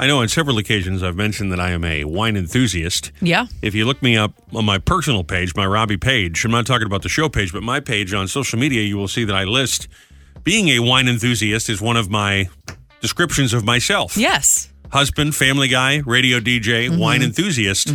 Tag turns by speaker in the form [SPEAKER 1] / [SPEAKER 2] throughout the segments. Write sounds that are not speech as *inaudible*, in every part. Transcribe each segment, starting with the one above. [SPEAKER 1] I know on several occasions I've mentioned that I am a wine enthusiast.
[SPEAKER 2] Yeah.
[SPEAKER 1] If you look me up on my personal page, my Robbie page, I'm not talking about the show page, but my page on social media, you will see that I list being a wine enthusiast is one of my descriptions of myself.
[SPEAKER 2] Yes.
[SPEAKER 1] Husband, family guy, radio DJ, wine enthusiast.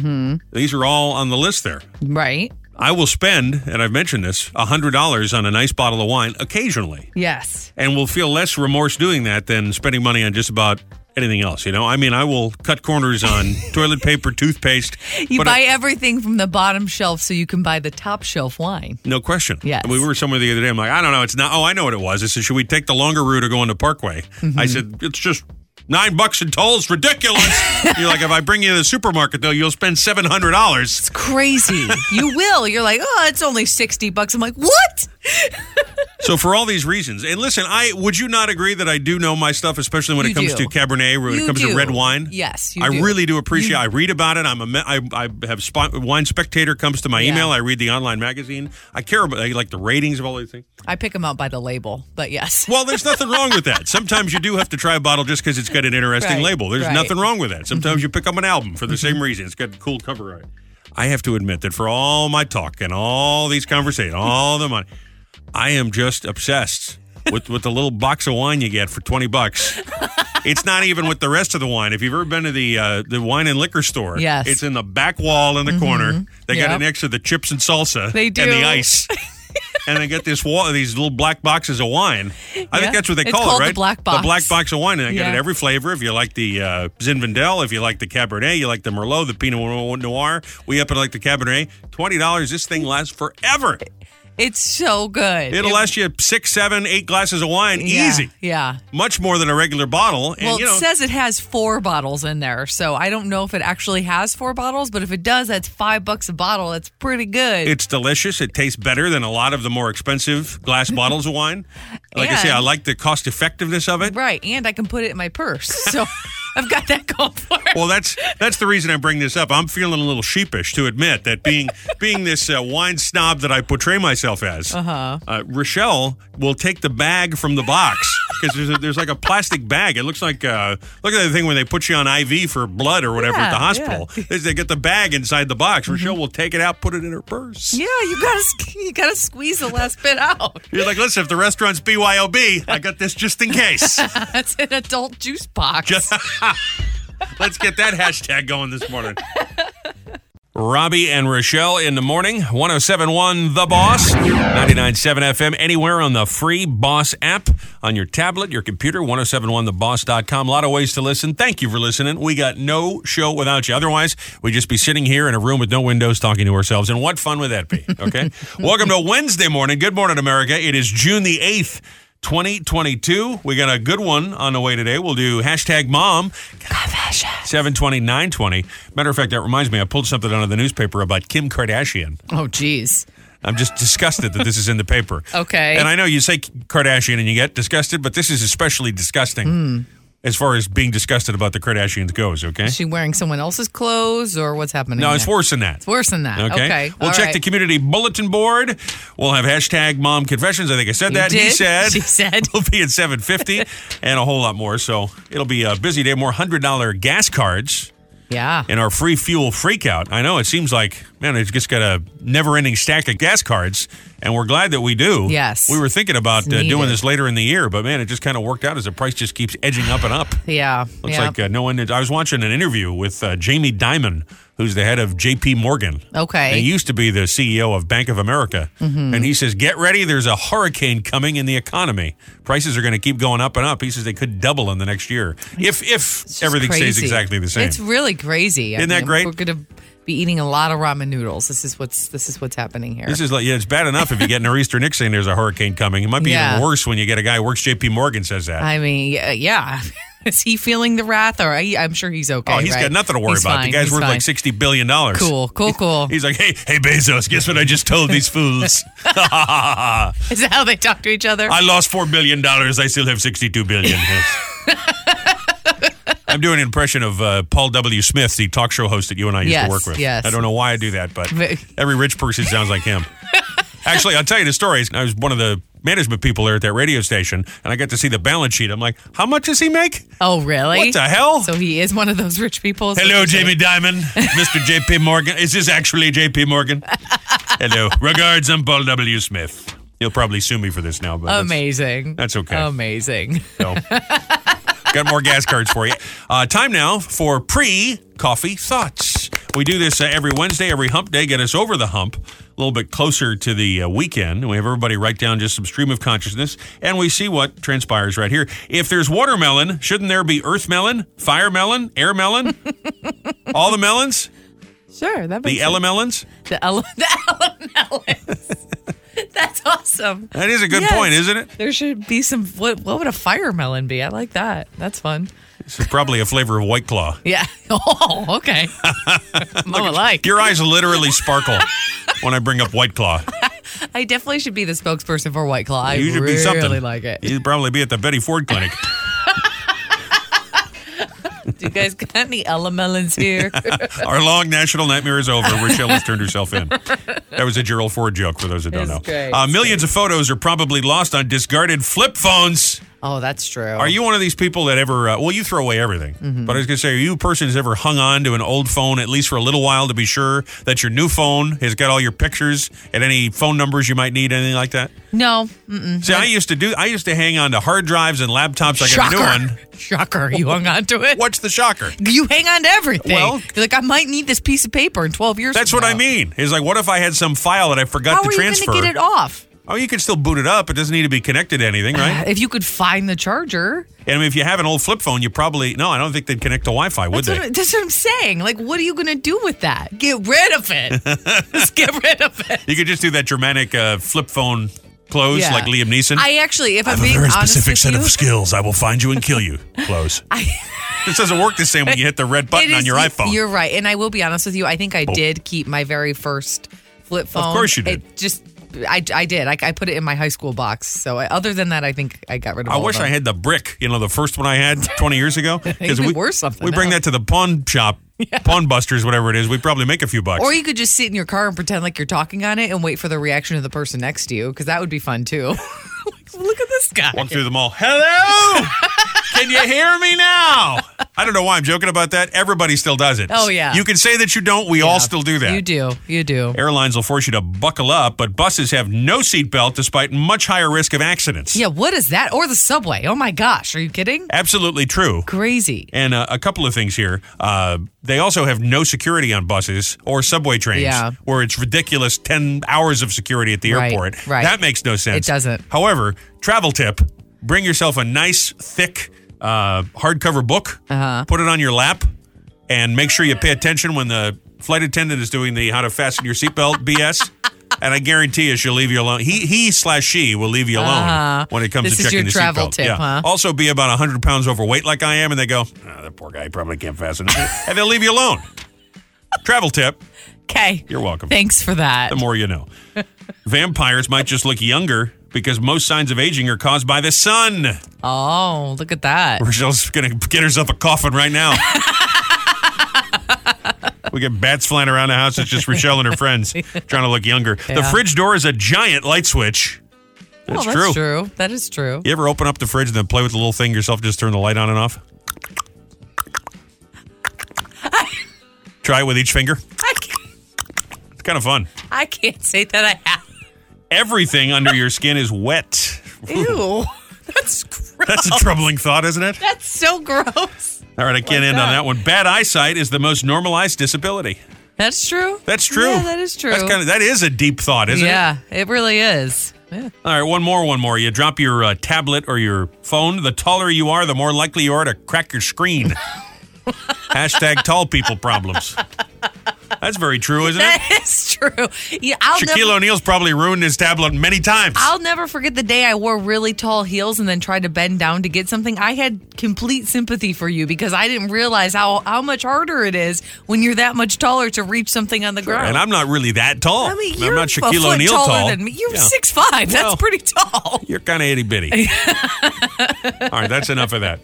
[SPEAKER 1] These are all on the list there.
[SPEAKER 2] Right.
[SPEAKER 1] I will spend, and I've mentioned this, $100 on a nice bottle of wine occasionally
[SPEAKER 2] Yes.
[SPEAKER 1] and will feel less remorse doing that than spending money on just about anything else. You know, I mean, I will cut corners
[SPEAKER 2] *laughs*
[SPEAKER 1] on toilet paper, toothpaste.
[SPEAKER 2] You
[SPEAKER 1] but
[SPEAKER 2] buy
[SPEAKER 1] I-
[SPEAKER 2] everything from the bottom shelf so you can buy the top shelf wine.
[SPEAKER 1] no question.
[SPEAKER 2] Yes.
[SPEAKER 1] we were somewhere the other day. I'm like, I don't know. It's not. Oh, I know what it was. I said, should we take the longer route or go into Parkway?
[SPEAKER 2] Mm-hmm.
[SPEAKER 1] I said, it's just. Nine bucks in tolls,
[SPEAKER 2] *laughs*
[SPEAKER 1] ridiculous. You're like, if I bring you to the supermarket, though, you'll spend seven hundred dollars.
[SPEAKER 2] It's crazy. *laughs* you will. You're like, oh, it's only 60 bucks. I'm like, what?
[SPEAKER 1] So for all these reasons, and listen, I would you not agree that I do know my stuff, especially when
[SPEAKER 2] You
[SPEAKER 1] it comes
[SPEAKER 2] do.
[SPEAKER 1] to Cabernet, when
[SPEAKER 2] You
[SPEAKER 1] it comes
[SPEAKER 2] do.
[SPEAKER 1] to red wine.
[SPEAKER 2] Yes, you
[SPEAKER 1] I
[SPEAKER 2] do.
[SPEAKER 1] really do appreciate. I read about it. I'm a me- I, I have spot, wine spectator comes to my
[SPEAKER 2] Yeah.
[SPEAKER 1] email. I read the online magazine. I care about I like the ratings of all these things.
[SPEAKER 2] I pick them out by the label, but yes.
[SPEAKER 1] *laughs*
[SPEAKER 2] *laughs*
[SPEAKER 1] Well, there's nothing wrong with that. Sometimes you do have to try a bottle just because it's got an interesting
[SPEAKER 2] Right,
[SPEAKER 1] label. There's
[SPEAKER 2] right. Mm-hmm.
[SPEAKER 1] nothing wrong with that. Sometimes you pick up an album for the same reason. It's got a cool cover on it. I have to admit that for all my talk and all these conversations, all the money, I am just obsessed with, with the little box of wine you get for 20 bucks. It's not even with the rest of the wine. If you've ever been to the uh, the wine and liquor store,
[SPEAKER 2] Yes. Mm-hmm.
[SPEAKER 1] it's in the back wall in the corner. They
[SPEAKER 2] Yep.
[SPEAKER 1] got an extra the chips and salsa
[SPEAKER 2] They
[SPEAKER 1] and
[SPEAKER 2] do.
[SPEAKER 1] the ice and they get this wall, these little black boxes of wine. I
[SPEAKER 2] Yeah.
[SPEAKER 1] think that's what they
[SPEAKER 2] It's
[SPEAKER 1] call
[SPEAKER 2] called
[SPEAKER 1] it,
[SPEAKER 2] the
[SPEAKER 1] right?
[SPEAKER 2] black box.
[SPEAKER 1] The black box of wine, and they get
[SPEAKER 2] Yeah.
[SPEAKER 1] it every flavor. If you like the uh, Zinfandel, if you like the Cabernet, you like the Merlot, the Pinot Noir. We up and like the Cabernet. Twenty dollars. This thing lasts forever.
[SPEAKER 2] It's so good.
[SPEAKER 1] It'll
[SPEAKER 2] It-
[SPEAKER 1] last you six, seven, eight glasses of wine,
[SPEAKER 2] yeah,
[SPEAKER 1] easy.
[SPEAKER 2] Yeah.
[SPEAKER 1] Much more than a regular bottle. And
[SPEAKER 2] Well,
[SPEAKER 1] you know,
[SPEAKER 2] it says it has four bottles in there, so I don't know if it actually has four bottles, but if it does, that's five bucks a bottle. That's pretty good.
[SPEAKER 1] It's delicious. It tastes better than a lot of the more expensive glass bottles of wine. Like I say,
[SPEAKER 2] And-
[SPEAKER 1] I like the cost effectiveness of it.
[SPEAKER 2] right, and I can put it in my purse, so *laughs* I've got that going for it.
[SPEAKER 1] Well, that's that's the reason I bring this up. I'm feeling a little sheepish to admit that being being this uh, wine snob that I portray myself as. Uh-huh. Rochelle will take the bag from the box because there's, a- there's like a plastic bag. It looks like uh, look at the thing when they put you on IV for blood or whatever at the
[SPEAKER 2] Yeah, Mm-hmm.
[SPEAKER 1] hospital. They- They get the bag inside the box. Rochelle will take it out, put it in her purse.
[SPEAKER 2] yeah, you gotta s- you gotta squeeze the last bit out.
[SPEAKER 1] You're like, listen, if the restaurant's BYOB, I got this just in
[SPEAKER 2] *laughs*
[SPEAKER 1] case.
[SPEAKER 2] That's an adult juice box.
[SPEAKER 1] Let's get that hashtag going this morning. Robbie and Rochelle in the morning, 1071 The Boss, 997 FM, anywhere on the free Boss app, on your tablet, your computer, 1071theboss.com. A lot of ways to listen. Thank you for listening. We got no show without you. Otherwise, we'd just be sitting here in a room with no windows talking to ourselves. And what fun would that be? Okay. Welcome to Wednesday morning. Good morning, America. It is June the 8th. 2022. We got a good one on the way today. We'll do hashtag mom. 720, 920. Matter of fact, that reminds me, I pulled something out of the newspaper about Kim Kardashian.
[SPEAKER 2] *laughs* oh, geez.
[SPEAKER 1] I'm just disgusted that this is in the paper.
[SPEAKER 2] *laughs* Okay.
[SPEAKER 1] And I know you say Kardashian and you get disgusted, but this is especially disgusting
[SPEAKER 2] Hmm.
[SPEAKER 1] as far as being disgusted about the Kardashians goes, okay?
[SPEAKER 2] Is she wearing someone else's clothes, or what's happening?
[SPEAKER 1] No, it's
[SPEAKER 2] there?
[SPEAKER 1] worse than that.
[SPEAKER 2] It's worse than that.
[SPEAKER 1] Okay.
[SPEAKER 2] Okay,
[SPEAKER 1] We'll
[SPEAKER 2] all
[SPEAKER 1] check
[SPEAKER 2] right.
[SPEAKER 1] the community bulletin board. We'll have hashtag mom confessions. I think I said
[SPEAKER 2] You
[SPEAKER 1] that. He
[SPEAKER 2] did.
[SPEAKER 1] said. *laughs*
[SPEAKER 2] *laughs* She said.
[SPEAKER 1] We'll be at 750 and a whole lot more. So it'll be a busy day. More $100 gas cards
[SPEAKER 2] Yeah.
[SPEAKER 1] and our free fuel freakout. I know it seems like, man, it's just got a never ending stack of gas cards, and we're glad that we do.
[SPEAKER 2] Yes.
[SPEAKER 1] We were thinking about uh, doing
[SPEAKER 2] needed.
[SPEAKER 1] this later in the year, but man, it just kind of worked out as the price just keeps edging up and up.
[SPEAKER 2] Yeah.
[SPEAKER 1] Looks
[SPEAKER 2] yeah.
[SPEAKER 1] like uh, no one. I was watching an interview with uh, Jamie Dimon, who's the head of J.P. Morgan.
[SPEAKER 2] Okay. Mm-hmm.
[SPEAKER 1] And he used to be the CEO of Bank of America, and he says, "Get ready, there's a hurricane coming in the economy. Prices are going to keep going up and up." He says they could double in the next year if if
[SPEAKER 2] It's
[SPEAKER 1] everything stays
[SPEAKER 2] crazy.
[SPEAKER 1] exactly the same.
[SPEAKER 2] It's really crazy.
[SPEAKER 1] Isn't that great?
[SPEAKER 2] We're gonna be eating a lot of ramen noodles. This is what's this is what's happening here.
[SPEAKER 1] This is like, yeah, it's bad enough if you get an Nor'easter Nick saying there's a hurricane coming. It might be
[SPEAKER 2] Yeah.
[SPEAKER 1] even worse when you get a guy who works JP Morgan says that.
[SPEAKER 2] I mean, yeah, yeah. *laughs* is he feeling the wrath? Or I, I'm sure he's okay.
[SPEAKER 1] oh, he's
[SPEAKER 2] right?
[SPEAKER 1] got nothing to worry
[SPEAKER 2] He's
[SPEAKER 1] about.
[SPEAKER 2] fine,
[SPEAKER 1] the guy's
[SPEAKER 2] he's
[SPEAKER 1] worth
[SPEAKER 2] fine.
[SPEAKER 1] like sixty billion dollars.
[SPEAKER 2] Cool, cool, cool.
[SPEAKER 1] *laughs* He's like, hey, hey, Bezos, guess what I just told these
[SPEAKER 2] *laughs*
[SPEAKER 1] fools?
[SPEAKER 2] *laughs* is that how they talk to each other?
[SPEAKER 1] I lost four billion dollars. I still have sixty-two
[SPEAKER 2] *laughs*
[SPEAKER 1] billion. I'm doing an impression of uh, Paul W. Smith, the talk show host that you and I used
[SPEAKER 2] Yes,
[SPEAKER 1] to work with.
[SPEAKER 2] yes.
[SPEAKER 1] I don't know why I do that, but
[SPEAKER 2] Ve- *laughs*
[SPEAKER 1] every rich person sounds like him. Actually, I'll tell you the story. I was one of the management people there at that radio station, and I got to see the balance sheet. I'm like, how much does he make?
[SPEAKER 2] Oh, really?
[SPEAKER 1] What the hell?
[SPEAKER 2] So he is one of those rich people.
[SPEAKER 1] Hello, Jamie
[SPEAKER 2] *laughs*
[SPEAKER 1] Dimon, Mr. J.P. Morgan. Is this actually J.P. Morgan? Hello. Regards, I'm Paul W. Smith. He'll probably sue me for this now,
[SPEAKER 2] Oh,
[SPEAKER 1] but that's-
[SPEAKER 2] Amazing.
[SPEAKER 1] That's okay.
[SPEAKER 2] Amazing.
[SPEAKER 1] So, got more gas cards for you. Uh, time now for pre coffee thoughts. We do this uh, every Wednesday, every hump day, get us over the hump, a little bit closer to the uh, weekend. We have everybody write down just some stream of consciousness, and we see what transpires right here. If there's watermelon, shouldn't there be earth melon, fire melon, air melon, *laughs* all the melons,
[SPEAKER 2] Sure. That
[SPEAKER 1] the
[SPEAKER 2] makes
[SPEAKER 1] elemelons?
[SPEAKER 2] the ele- *laughs* the elements. *laughs* That's awesome.
[SPEAKER 1] That is a good
[SPEAKER 2] Yes.
[SPEAKER 1] point, isn't it?
[SPEAKER 2] There should be some. What, what would a fire melon be? I like that. That's fun.
[SPEAKER 1] This is probably a flavor of White Claw.
[SPEAKER 2] Yeah. *laughs* Oh,
[SPEAKER 1] *laughs*
[SPEAKER 2] okay. More like.
[SPEAKER 1] Your eyes literally sparkle when I bring up White Claw.
[SPEAKER 2] I definitely should be the spokesperson for White Claw. I
[SPEAKER 1] You should
[SPEAKER 2] really
[SPEAKER 1] be something.
[SPEAKER 2] like it.
[SPEAKER 1] You'd probably be at the Betty Ford
[SPEAKER 2] *laughs*
[SPEAKER 1] Clinic.
[SPEAKER 2] Do you guys got any elemelons
[SPEAKER 1] *laughs*
[SPEAKER 2] here?
[SPEAKER 1] Our long national nightmare is over. Rochelle has turned herself in. That was a Gerald Ford joke for those who don't
[SPEAKER 2] It's
[SPEAKER 1] know.
[SPEAKER 2] great.
[SPEAKER 1] Uh, millions of photos are probably lost on discarded flip phones.
[SPEAKER 2] oh, that's true.
[SPEAKER 1] Are you one of these people that ever, uh, well, you throw away everything,
[SPEAKER 2] Mm-hmm.
[SPEAKER 1] but I was going to say, are you a person who's ever hung on to an old phone at least for a little while to be sure that your new phone has got all your pictures and any phone numbers you might need, anything like that?
[SPEAKER 2] No. Mm-mm.
[SPEAKER 1] See, I used to do, I used to hang on to hard drives and laptops. I got
[SPEAKER 2] Shocker.
[SPEAKER 1] a new one.
[SPEAKER 2] Shocker. You hung on to it.
[SPEAKER 1] What's the shocker?
[SPEAKER 2] You hang on to everything.
[SPEAKER 1] Well-
[SPEAKER 2] You're like, I might need this piece of paper in 12 years.
[SPEAKER 1] That's
[SPEAKER 2] from
[SPEAKER 1] what I
[SPEAKER 2] now.
[SPEAKER 1] mean. Is like, what if I had some file that I forgot
[SPEAKER 2] How
[SPEAKER 1] to
[SPEAKER 2] are you going
[SPEAKER 1] transfer?
[SPEAKER 2] to get it off?
[SPEAKER 1] oh, you can still boot it up. It doesn't need to be connected to anything,
[SPEAKER 2] *laughs*
[SPEAKER 1] right?
[SPEAKER 2] If you could find the charger.
[SPEAKER 1] and I mean, if you have an old flip phone, you probably no. I don't think they'd connect to Wi-Fi, would
[SPEAKER 2] That's
[SPEAKER 1] they?
[SPEAKER 2] what, I- that's what I'm saying. Like, what are you going to do with that? Get rid of
[SPEAKER 1] *laughs*
[SPEAKER 2] it. Just get rid of it.
[SPEAKER 1] you could just do that Germanic uh, flip phone close,
[SPEAKER 2] Yeah.
[SPEAKER 1] like Liam Neeson.
[SPEAKER 2] I actually, if I'm
[SPEAKER 1] have a
[SPEAKER 2] being
[SPEAKER 1] very
[SPEAKER 2] honest
[SPEAKER 1] specific
[SPEAKER 2] with
[SPEAKER 1] set
[SPEAKER 2] you,
[SPEAKER 1] of skills. I will find you and kill you. Close.
[SPEAKER 2] *laughs* I-
[SPEAKER 1] this doesn't work the same when you hit the red *laughs* button
[SPEAKER 2] *laughs* It
[SPEAKER 1] on
[SPEAKER 2] is-
[SPEAKER 1] your iPhone. Oh.
[SPEAKER 2] You're right, and I will be honest with you. I think I did keep my very first flip phone.
[SPEAKER 1] course you did.
[SPEAKER 2] It just, I, I did. I, I put it in my high school box. So I, other than that, I think I got rid of.
[SPEAKER 1] I
[SPEAKER 2] all
[SPEAKER 1] wish
[SPEAKER 2] of
[SPEAKER 1] I
[SPEAKER 2] them.
[SPEAKER 1] had the brick, you know, the first one I had *laughs* 20 years
[SPEAKER 2] *laughs*
[SPEAKER 1] ago. Because
[SPEAKER 2] It'd be worth something
[SPEAKER 1] We bring
[SPEAKER 2] now.
[SPEAKER 1] that to the pawn
[SPEAKER 2] *laughs*
[SPEAKER 1] shop, pawn busters, whatever it is. We'd probably make a few bucks.
[SPEAKER 2] Or you could just sit in your car and pretend like you're talking on it and wait for the reaction of the person next to you because that would be fun too. *laughs* Like, Look at this guy.
[SPEAKER 1] Walk through them all.
[SPEAKER 2] *laughs*
[SPEAKER 1] Hello! Can you hear me now? I don't know why I'm joking about that. Everybody still does it.
[SPEAKER 2] Oh, yeah.
[SPEAKER 1] You can say that you don't. We all still do that.
[SPEAKER 2] You do. You do.
[SPEAKER 1] Airlines will force you to buckle up, but buses have no seatbelt despite much higher risk of accidents.
[SPEAKER 2] Yeah, what is that? Or the subway. Oh my gosh. Are you kidding?
[SPEAKER 1] Absolutely true.
[SPEAKER 2] Crazy.
[SPEAKER 1] And uh, a couple of things here. Uh, they also have no security on buses or subway trains,
[SPEAKER 2] Yeah.
[SPEAKER 1] where it's ridiculous 10 hours of security at the
[SPEAKER 2] Right,
[SPEAKER 1] airport.
[SPEAKER 2] right.
[SPEAKER 1] That makes no sense.
[SPEAKER 2] It doesn't.
[SPEAKER 1] However, travel tip bring yourself a nice, thick, uh, hardcover book, uh-huh. put it on your lap, and make sure you pay attention when the flight attendant is doing the how to fasten your seatbelt BS. And I guarantee you, she'll leave you alone. He he slash she will leave you alone
[SPEAKER 2] Uh-huh.
[SPEAKER 1] when it comes
[SPEAKER 2] This
[SPEAKER 1] to
[SPEAKER 2] is
[SPEAKER 1] checking
[SPEAKER 2] your
[SPEAKER 1] the
[SPEAKER 2] travel
[SPEAKER 1] seatbelt.
[SPEAKER 2] tip,
[SPEAKER 1] yeah.
[SPEAKER 2] huh?
[SPEAKER 1] Also, be about 100 pounds overweight like I am, and they go, oh, that poor guy probably can't fasten it. and they'll leave you alone. Travel tip.
[SPEAKER 2] Okay.
[SPEAKER 1] You're welcome.
[SPEAKER 2] Thanks for that.
[SPEAKER 1] The more you know. Vampires might just look younger because most signs of aging are caused by the sun.
[SPEAKER 2] Oh, look at that.
[SPEAKER 1] Rochelle's going to get herself a coffin right now. we get bats flying around the house. It's just Rochelle and her friends
[SPEAKER 2] *laughs*
[SPEAKER 1] trying to look younger. The
[SPEAKER 2] Yeah.
[SPEAKER 1] fridge door is a giant light switch.
[SPEAKER 2] oh, that's true. That is true.
[SPEAKER 1] You ever open up the fridge and then play with the little thing yourself, just turn the light on and
[SPEAKER 2] *laughs*
[SPEAKER 1] off? Try it with each finger.
[SPEAKER 2] I, can't,
[SPEAKER 1] It's kind of fun.
[SPEAKER 2] I can't say that I have.
[SPEAKER 1] Everything under your skin is wet.
[SPEAKER 2] Ew. *laughs* That's gross.
[SPEAKER 1] That's
[SPEAKER 2] *laughs*
[SPEAKER 1] a troubling thought, isn't it?
[SPEAKER 2] That's so gross.
[SPEAKER 1] All right, I can't end on
[SPEAKER 2] that?
[SPEAKER 1] that one. Bad eyesight is the most normalized disability.
[SPEAKER 2] That's true.
[SPEAKER 1] That's true.
[SPEAKER 2] Yeah, that is true.
[SPEAKER 1] That's kind of that is a deep thought, isn't it?
[SPEAKER 2] yeah, it? really is. Yeah.
[SPEAKER 1] All right, one more, one more. You drop your uh, tablet or your phone. The taller you are, the more likely you are to crack your
[SPEAKER 2] *laughs*
[SPEAKER 1] screen. Hashtag tall people problems. That's very true, isn't
[SPEAKER 2] *laughs*
[SPEAKER 1] it?
[SPEAKER 2] That is true. Yeah, I'll
[SPEAKER 1] Shaquille
[SPEAKER 2] never,
[SPEAKER 1] O'Neal's probably ruined his tablet many times.
[SPEAKER 2] I'll never forget the day I wore really tall heels and then tried to bend down to get something. I had complete sympathy for you because I didn't realize how, how much harder it is when you're that much taller to reach something on the ground.
[SPEAKER 1] and I'm not really that tall.
[SPEAKER 2] I mean,
[SPEAKER 1] I'm
[SPEAKER 2] you're
[SPEAKER 1] not
[SPEAKER 2] a
[SPEAKER 1] Shaquille
[SPEAKER 2] foot
[SPEAKER 1] O'Neal
[SPEAKER 2] taller
[SPEAKER 1] tall.
[SPEAKER 2] than me. You're
[SPEAKER 1] Yeah.
[SPEAKER 2] six five. That's
[SPEAKER 1] Well-
[SPEAKER 2] pretty tall.
[SPEAKER 1] You're kind of itty bitty. All right, that's enough of that.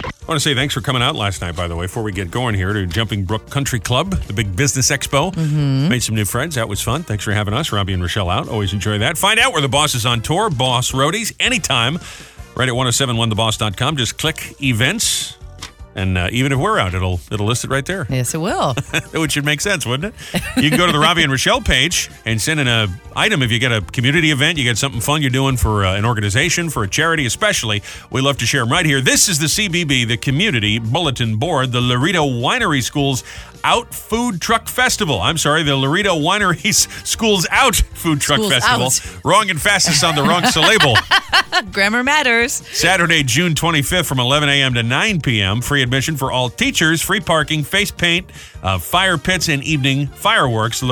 [SPEAKER 1] I want to say thanks for coming out last night, by the way, before we get going here to Jumping Brook Country Club, the big business expo. Made some new friends. That was fun. Thanks for having us, Robbie and Rochelle, out. Always enjoy that. Find out where the boss is on tour, Boss Roadies, anytime. Right at 1071theboss.com. Just click events. And uh, even if we're out, it'll it'll list it right there,
[SPEAKER 2] Yes, it will.
[SPEAKER 1] which would make sense, wouldn't it? You can go to the Robbie and Rochelle page and send in a item if you get a community event, you get something fun you're doing for uh, an organization, for a charity, especially. We love to share them right here. This is the CBB, the Community Bulletin Board, the Laredo Winery Schools Out Food Truck Festival. I'm sorry, the Laredo Wineries *laughs* Schools Out Food Truck
[SPEAKER 2] Schools
[SPEAKER 1] Festival.
[SPEAKER 2] Out.
[SPEAKER 1] Wrong and fastest on the wrong syllable.
[SPEAKER 2] *laughs* Grammar matters.
[SPEAKER 1] Saturday, June 25th from 11 a.m. to 9 p.m. Free admission for all teachers, free parking, face paint, uh, fire pits, and evening fireworks.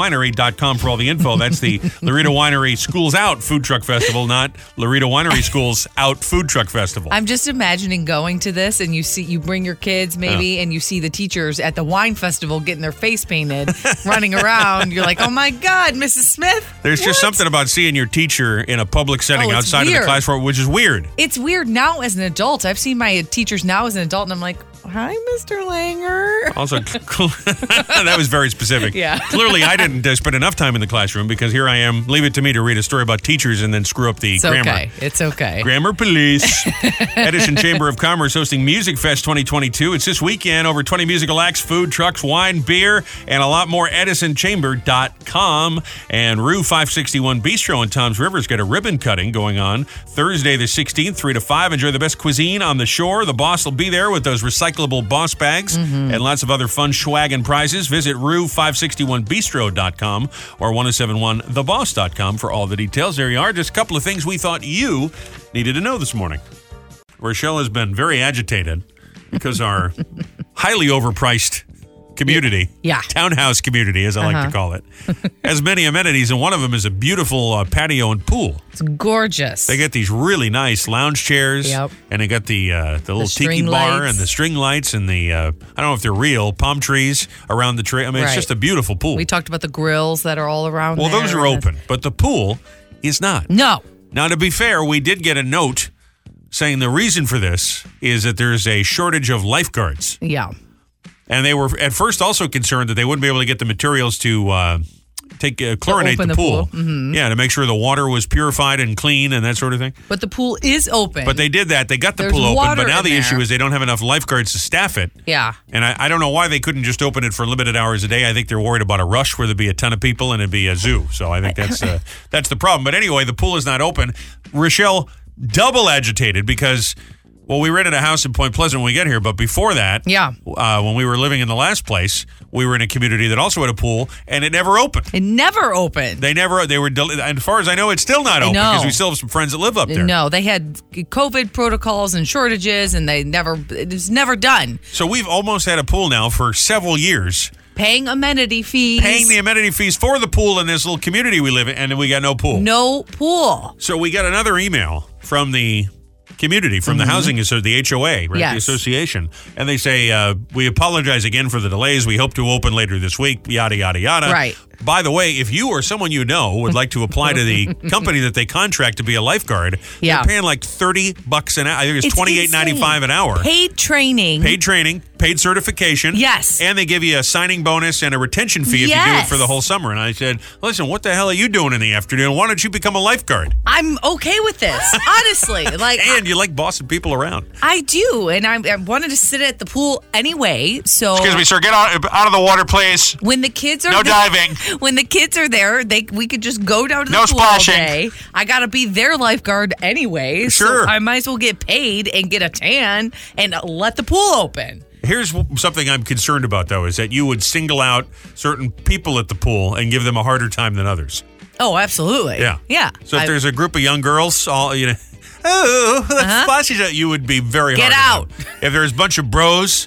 [SPEAKER 1] LaredoWinery.com for all the info. That's the Laredo Winery Schools Out Food Truck Festival, not Laredo Winery Schools Out Food Truck Festival.
[SPEAKER 2] I'm just imagining going to this and you see you bring your kids maybe and you see the teachers at the wine festival getting their face painted, *laughs* running around. You're like, "Oh my god, Mrs. Smith."
[SPEAKER 1] There's just
[SPEAKER 2] what?"
[SPEAKER 1] something about seeing your teacher in a public setting
[SPEAKER 2] Oh, it's
[SPEAKER 1] outside of the
[SPEAKER 2] weird.
[SPEAKER 1] classroom, which is weird.
[SPEAKER 2] It's weird now as an adult. I've seen my teachers now as an adult and I'm like, "Hi, Mr. Langer." *laughs*
[SPEAKER 1] Also, cl- *laughs* that was very specific.
[SPEAKER 2] Yeah.
[SPEAKER 1] Clearly, I didn't uh, spend enough time in the classroom because here I am. Leave it to me to read a story about teachers and then screw up the
[SPEAKER 2] It's
[SPEAKER 1] grammar.
[SPEAKER 2] okay. It's okay.
[SPEAKER 1] Grammar Police. Edison Chamber of Commerce hosting Music Fest 2022. It's this weekend. Over 20 musical acts, food trucks, wine, beer, and a lot more. EdisonChamber.com. And Rue 561 Bistro in Tom's River's got a ribbon cutting going on Thursday the 16th, 3 to 5. Enjoy the best cuisine on the shore. The boss will be there with those recyclable boss bags and lots of other fun swag and prizes. Visit Rue561Bistro.com or 1071theboss.com for all the details. There you are. Just a couple of things we thought you needed to know this morning. Rochelle has been very agitated because our highly overpriced community,
[SPEAKER 2] Yeah. Uh-huh.
[SPEAKER 1] townhouse community, as I like to call it, has many amenities, and one of them is a beautiful uh, patio and pool.
[SPEAKER 2] It's gorgeous.
[SPEAKER 1] They get these really nice lounge chairs,
[SPEAKER 2] Yep.
[SPEAKER 1] and they got the uh, the little tiki
[SPEAKER 2] string
[SPEAKER 1] bar
[SPEAKER 2] lights.
[SPEAKER 1] and the string lights and the uh, I don't know if they're real palm trees around the tree. I mean, it's
[SPEAKER 2] Right.
[SPEAKER 1] just a beautiful pool.
[SPEAKER 2] we talked about the grills that are all around
[SPEAKER 1] well,
[SPEAKER 2] there.
[SPEAKER 1] those are open, but the pool is not.
[SPEAKER 2] No.
[SPEAKER 1] Now, to be fair, we did get a note saying the reason for this is that there's a shortage of lifeguards.
[SPEAKER 2] Yeah.
[SPEAKER 1] And they were at first also concerned that they wouldn't be able to get the materials to uh, take uh, chlorinate
[SPEAKER 2] open
[SPEAKER 1] the
[SPEAKER 2] the
[SPEAKER 1] pool.
[SPEAKER 2] pool. Mm-hmm.
[SPEAKER 1] Yeah, to make sure the water was purified and clean and that sort of thing.
[SPEAKER 2] But the pool is open.
[SPEAKER 1] But they did that. They got the
[SPEAKER 2] There's
[SPEAKER 1] pool open,
[SPEAKER 2] water
[SPEAKER 1] but now
[SPEAKER 2] in
[SPEAKER 1] the
[SPEAKER 2] there.
[SPEAKER 1] issue is they don't have enough lifeguards to staff it.
[SPEAKER 2] Yeah.
[SPEAKER 1] And I, I don't know why they couldn't just open it for limited hours a day. I think they're worried about a rush where there'd be a ton of people and it'd be a zoo. So I think that's
[SPEAKER 2] *laughs*
[SPEAKER 1] uh, that's the problem. But anyway, the pool is not open. Rochelle double agitated because well, we rented a house in Point Pleasant when we get here, but before that,
[SPEAKER 2] Yeah.
[SPEAKER 1] uh, when we were living in the last place, we were in a community that also had a pool and it never opened.
[SPEAKER 2] It never opened.
[SPEAKER 1] They never they were del- and as far as I know, it's still not open
[SPEAKER 2] know.
[SPEAKER 1] because we still have some friends that live up there.
[SPEAKER 2] No, they had COVID protocols and shortages, and they never it was never done.
[SPEAKER 1] So we've almost had a pool now for several years.
[SPEAKER 2] Paying amenity fees,
[SPEAKER 1] paying the amenity fees for the pool in this little community we live in, and we got no pool.
[SPEAKER 2] no pool.
[SPEAKER 1] So we got another email from the community, from the housing, so the HOA, right, the
[SPEAKER 2] Mm-hmm. Yes.
[SPEAKER 1] association, and they say uh, we apologize again for the delays. We hope to open later this week. Yada yada yada.
[SPEAKER 2] Right.
[SPEAKER 1] By the way, if you or someone you know would like to apply to
[SPEAKER 2] *laughs*
[SPEAKER 1] the company that they contract to be a lifeguard,
[SPEAKER 2] Yeah.
[SPEAKER 1] they're paying like thirty bucks an hour. I think it's,
[SPEAKER 2] It's
[SPEAKER 1] twenty eight ninety five an
[SPEAKER 2] insane.
[SPEAKER 1] hour.
[SPEAKER 2] Paid training.
[SPEAKER 1] Paid training, paid certification.
[SPEAKER 2] Yes.
[SPEAKER 1] And they give you a signing bonus and a retention fee if you do it
[SPEAKER 2] Yes.
[SPEAKER 1] for the whole summer. And I said, listen, what the hell are you doing in the afternoon? Why don't you become a lifeguard?
[SPEAKER 2] I'm okay with this, honestly.
[SPEAKER 1] *laughs*
[SPEAKER 2] Like I,
[SPEAKER 1] And you like bossing people around.
[SPEAKER 2] do, and I, I wanted to sit at the pool anyway. So
[SPEAKER 1] sir. Get out, out of the water, please.
[SPEAKER 2] when the kids are *laughs*
[SPEAKER 1] No
[SPEAKER 2] the-
[SPEAKER 1] diving.
[SPEAKER 2] when the kids are there, they we could just go down to the
[SPEAKER 1] No
[SPEAKER 2] pool
[SPEAKER 1] splashing.
[SPEAKER 2] all day. I gotta be their lifeguard anyway.
[SPEAKER 1] Sure.
[SPEAKER 2] so I might as well get paid and get a tan and let the pool open.
[SPEAKER 1] Here's w- something I'm concerned about, though, is that you would single out certain people at the pool and give them a harder time than others.
[SPEAKER 2] Oh, absolutely.
[SPEAKER 1] Yeah.
[SPEAKER 2] Yeah.
[SPEAKER 1] So if
[SPEAKER 2] I-
[SPEAKER 1] there's a group of young girls, all you know, *laughs* oh, *laughs* that's splashy, you would be very
[SPEAKER 2] Uh-huh. Get
[SPEAKER 1] hard on them. If there's a bunch of bros,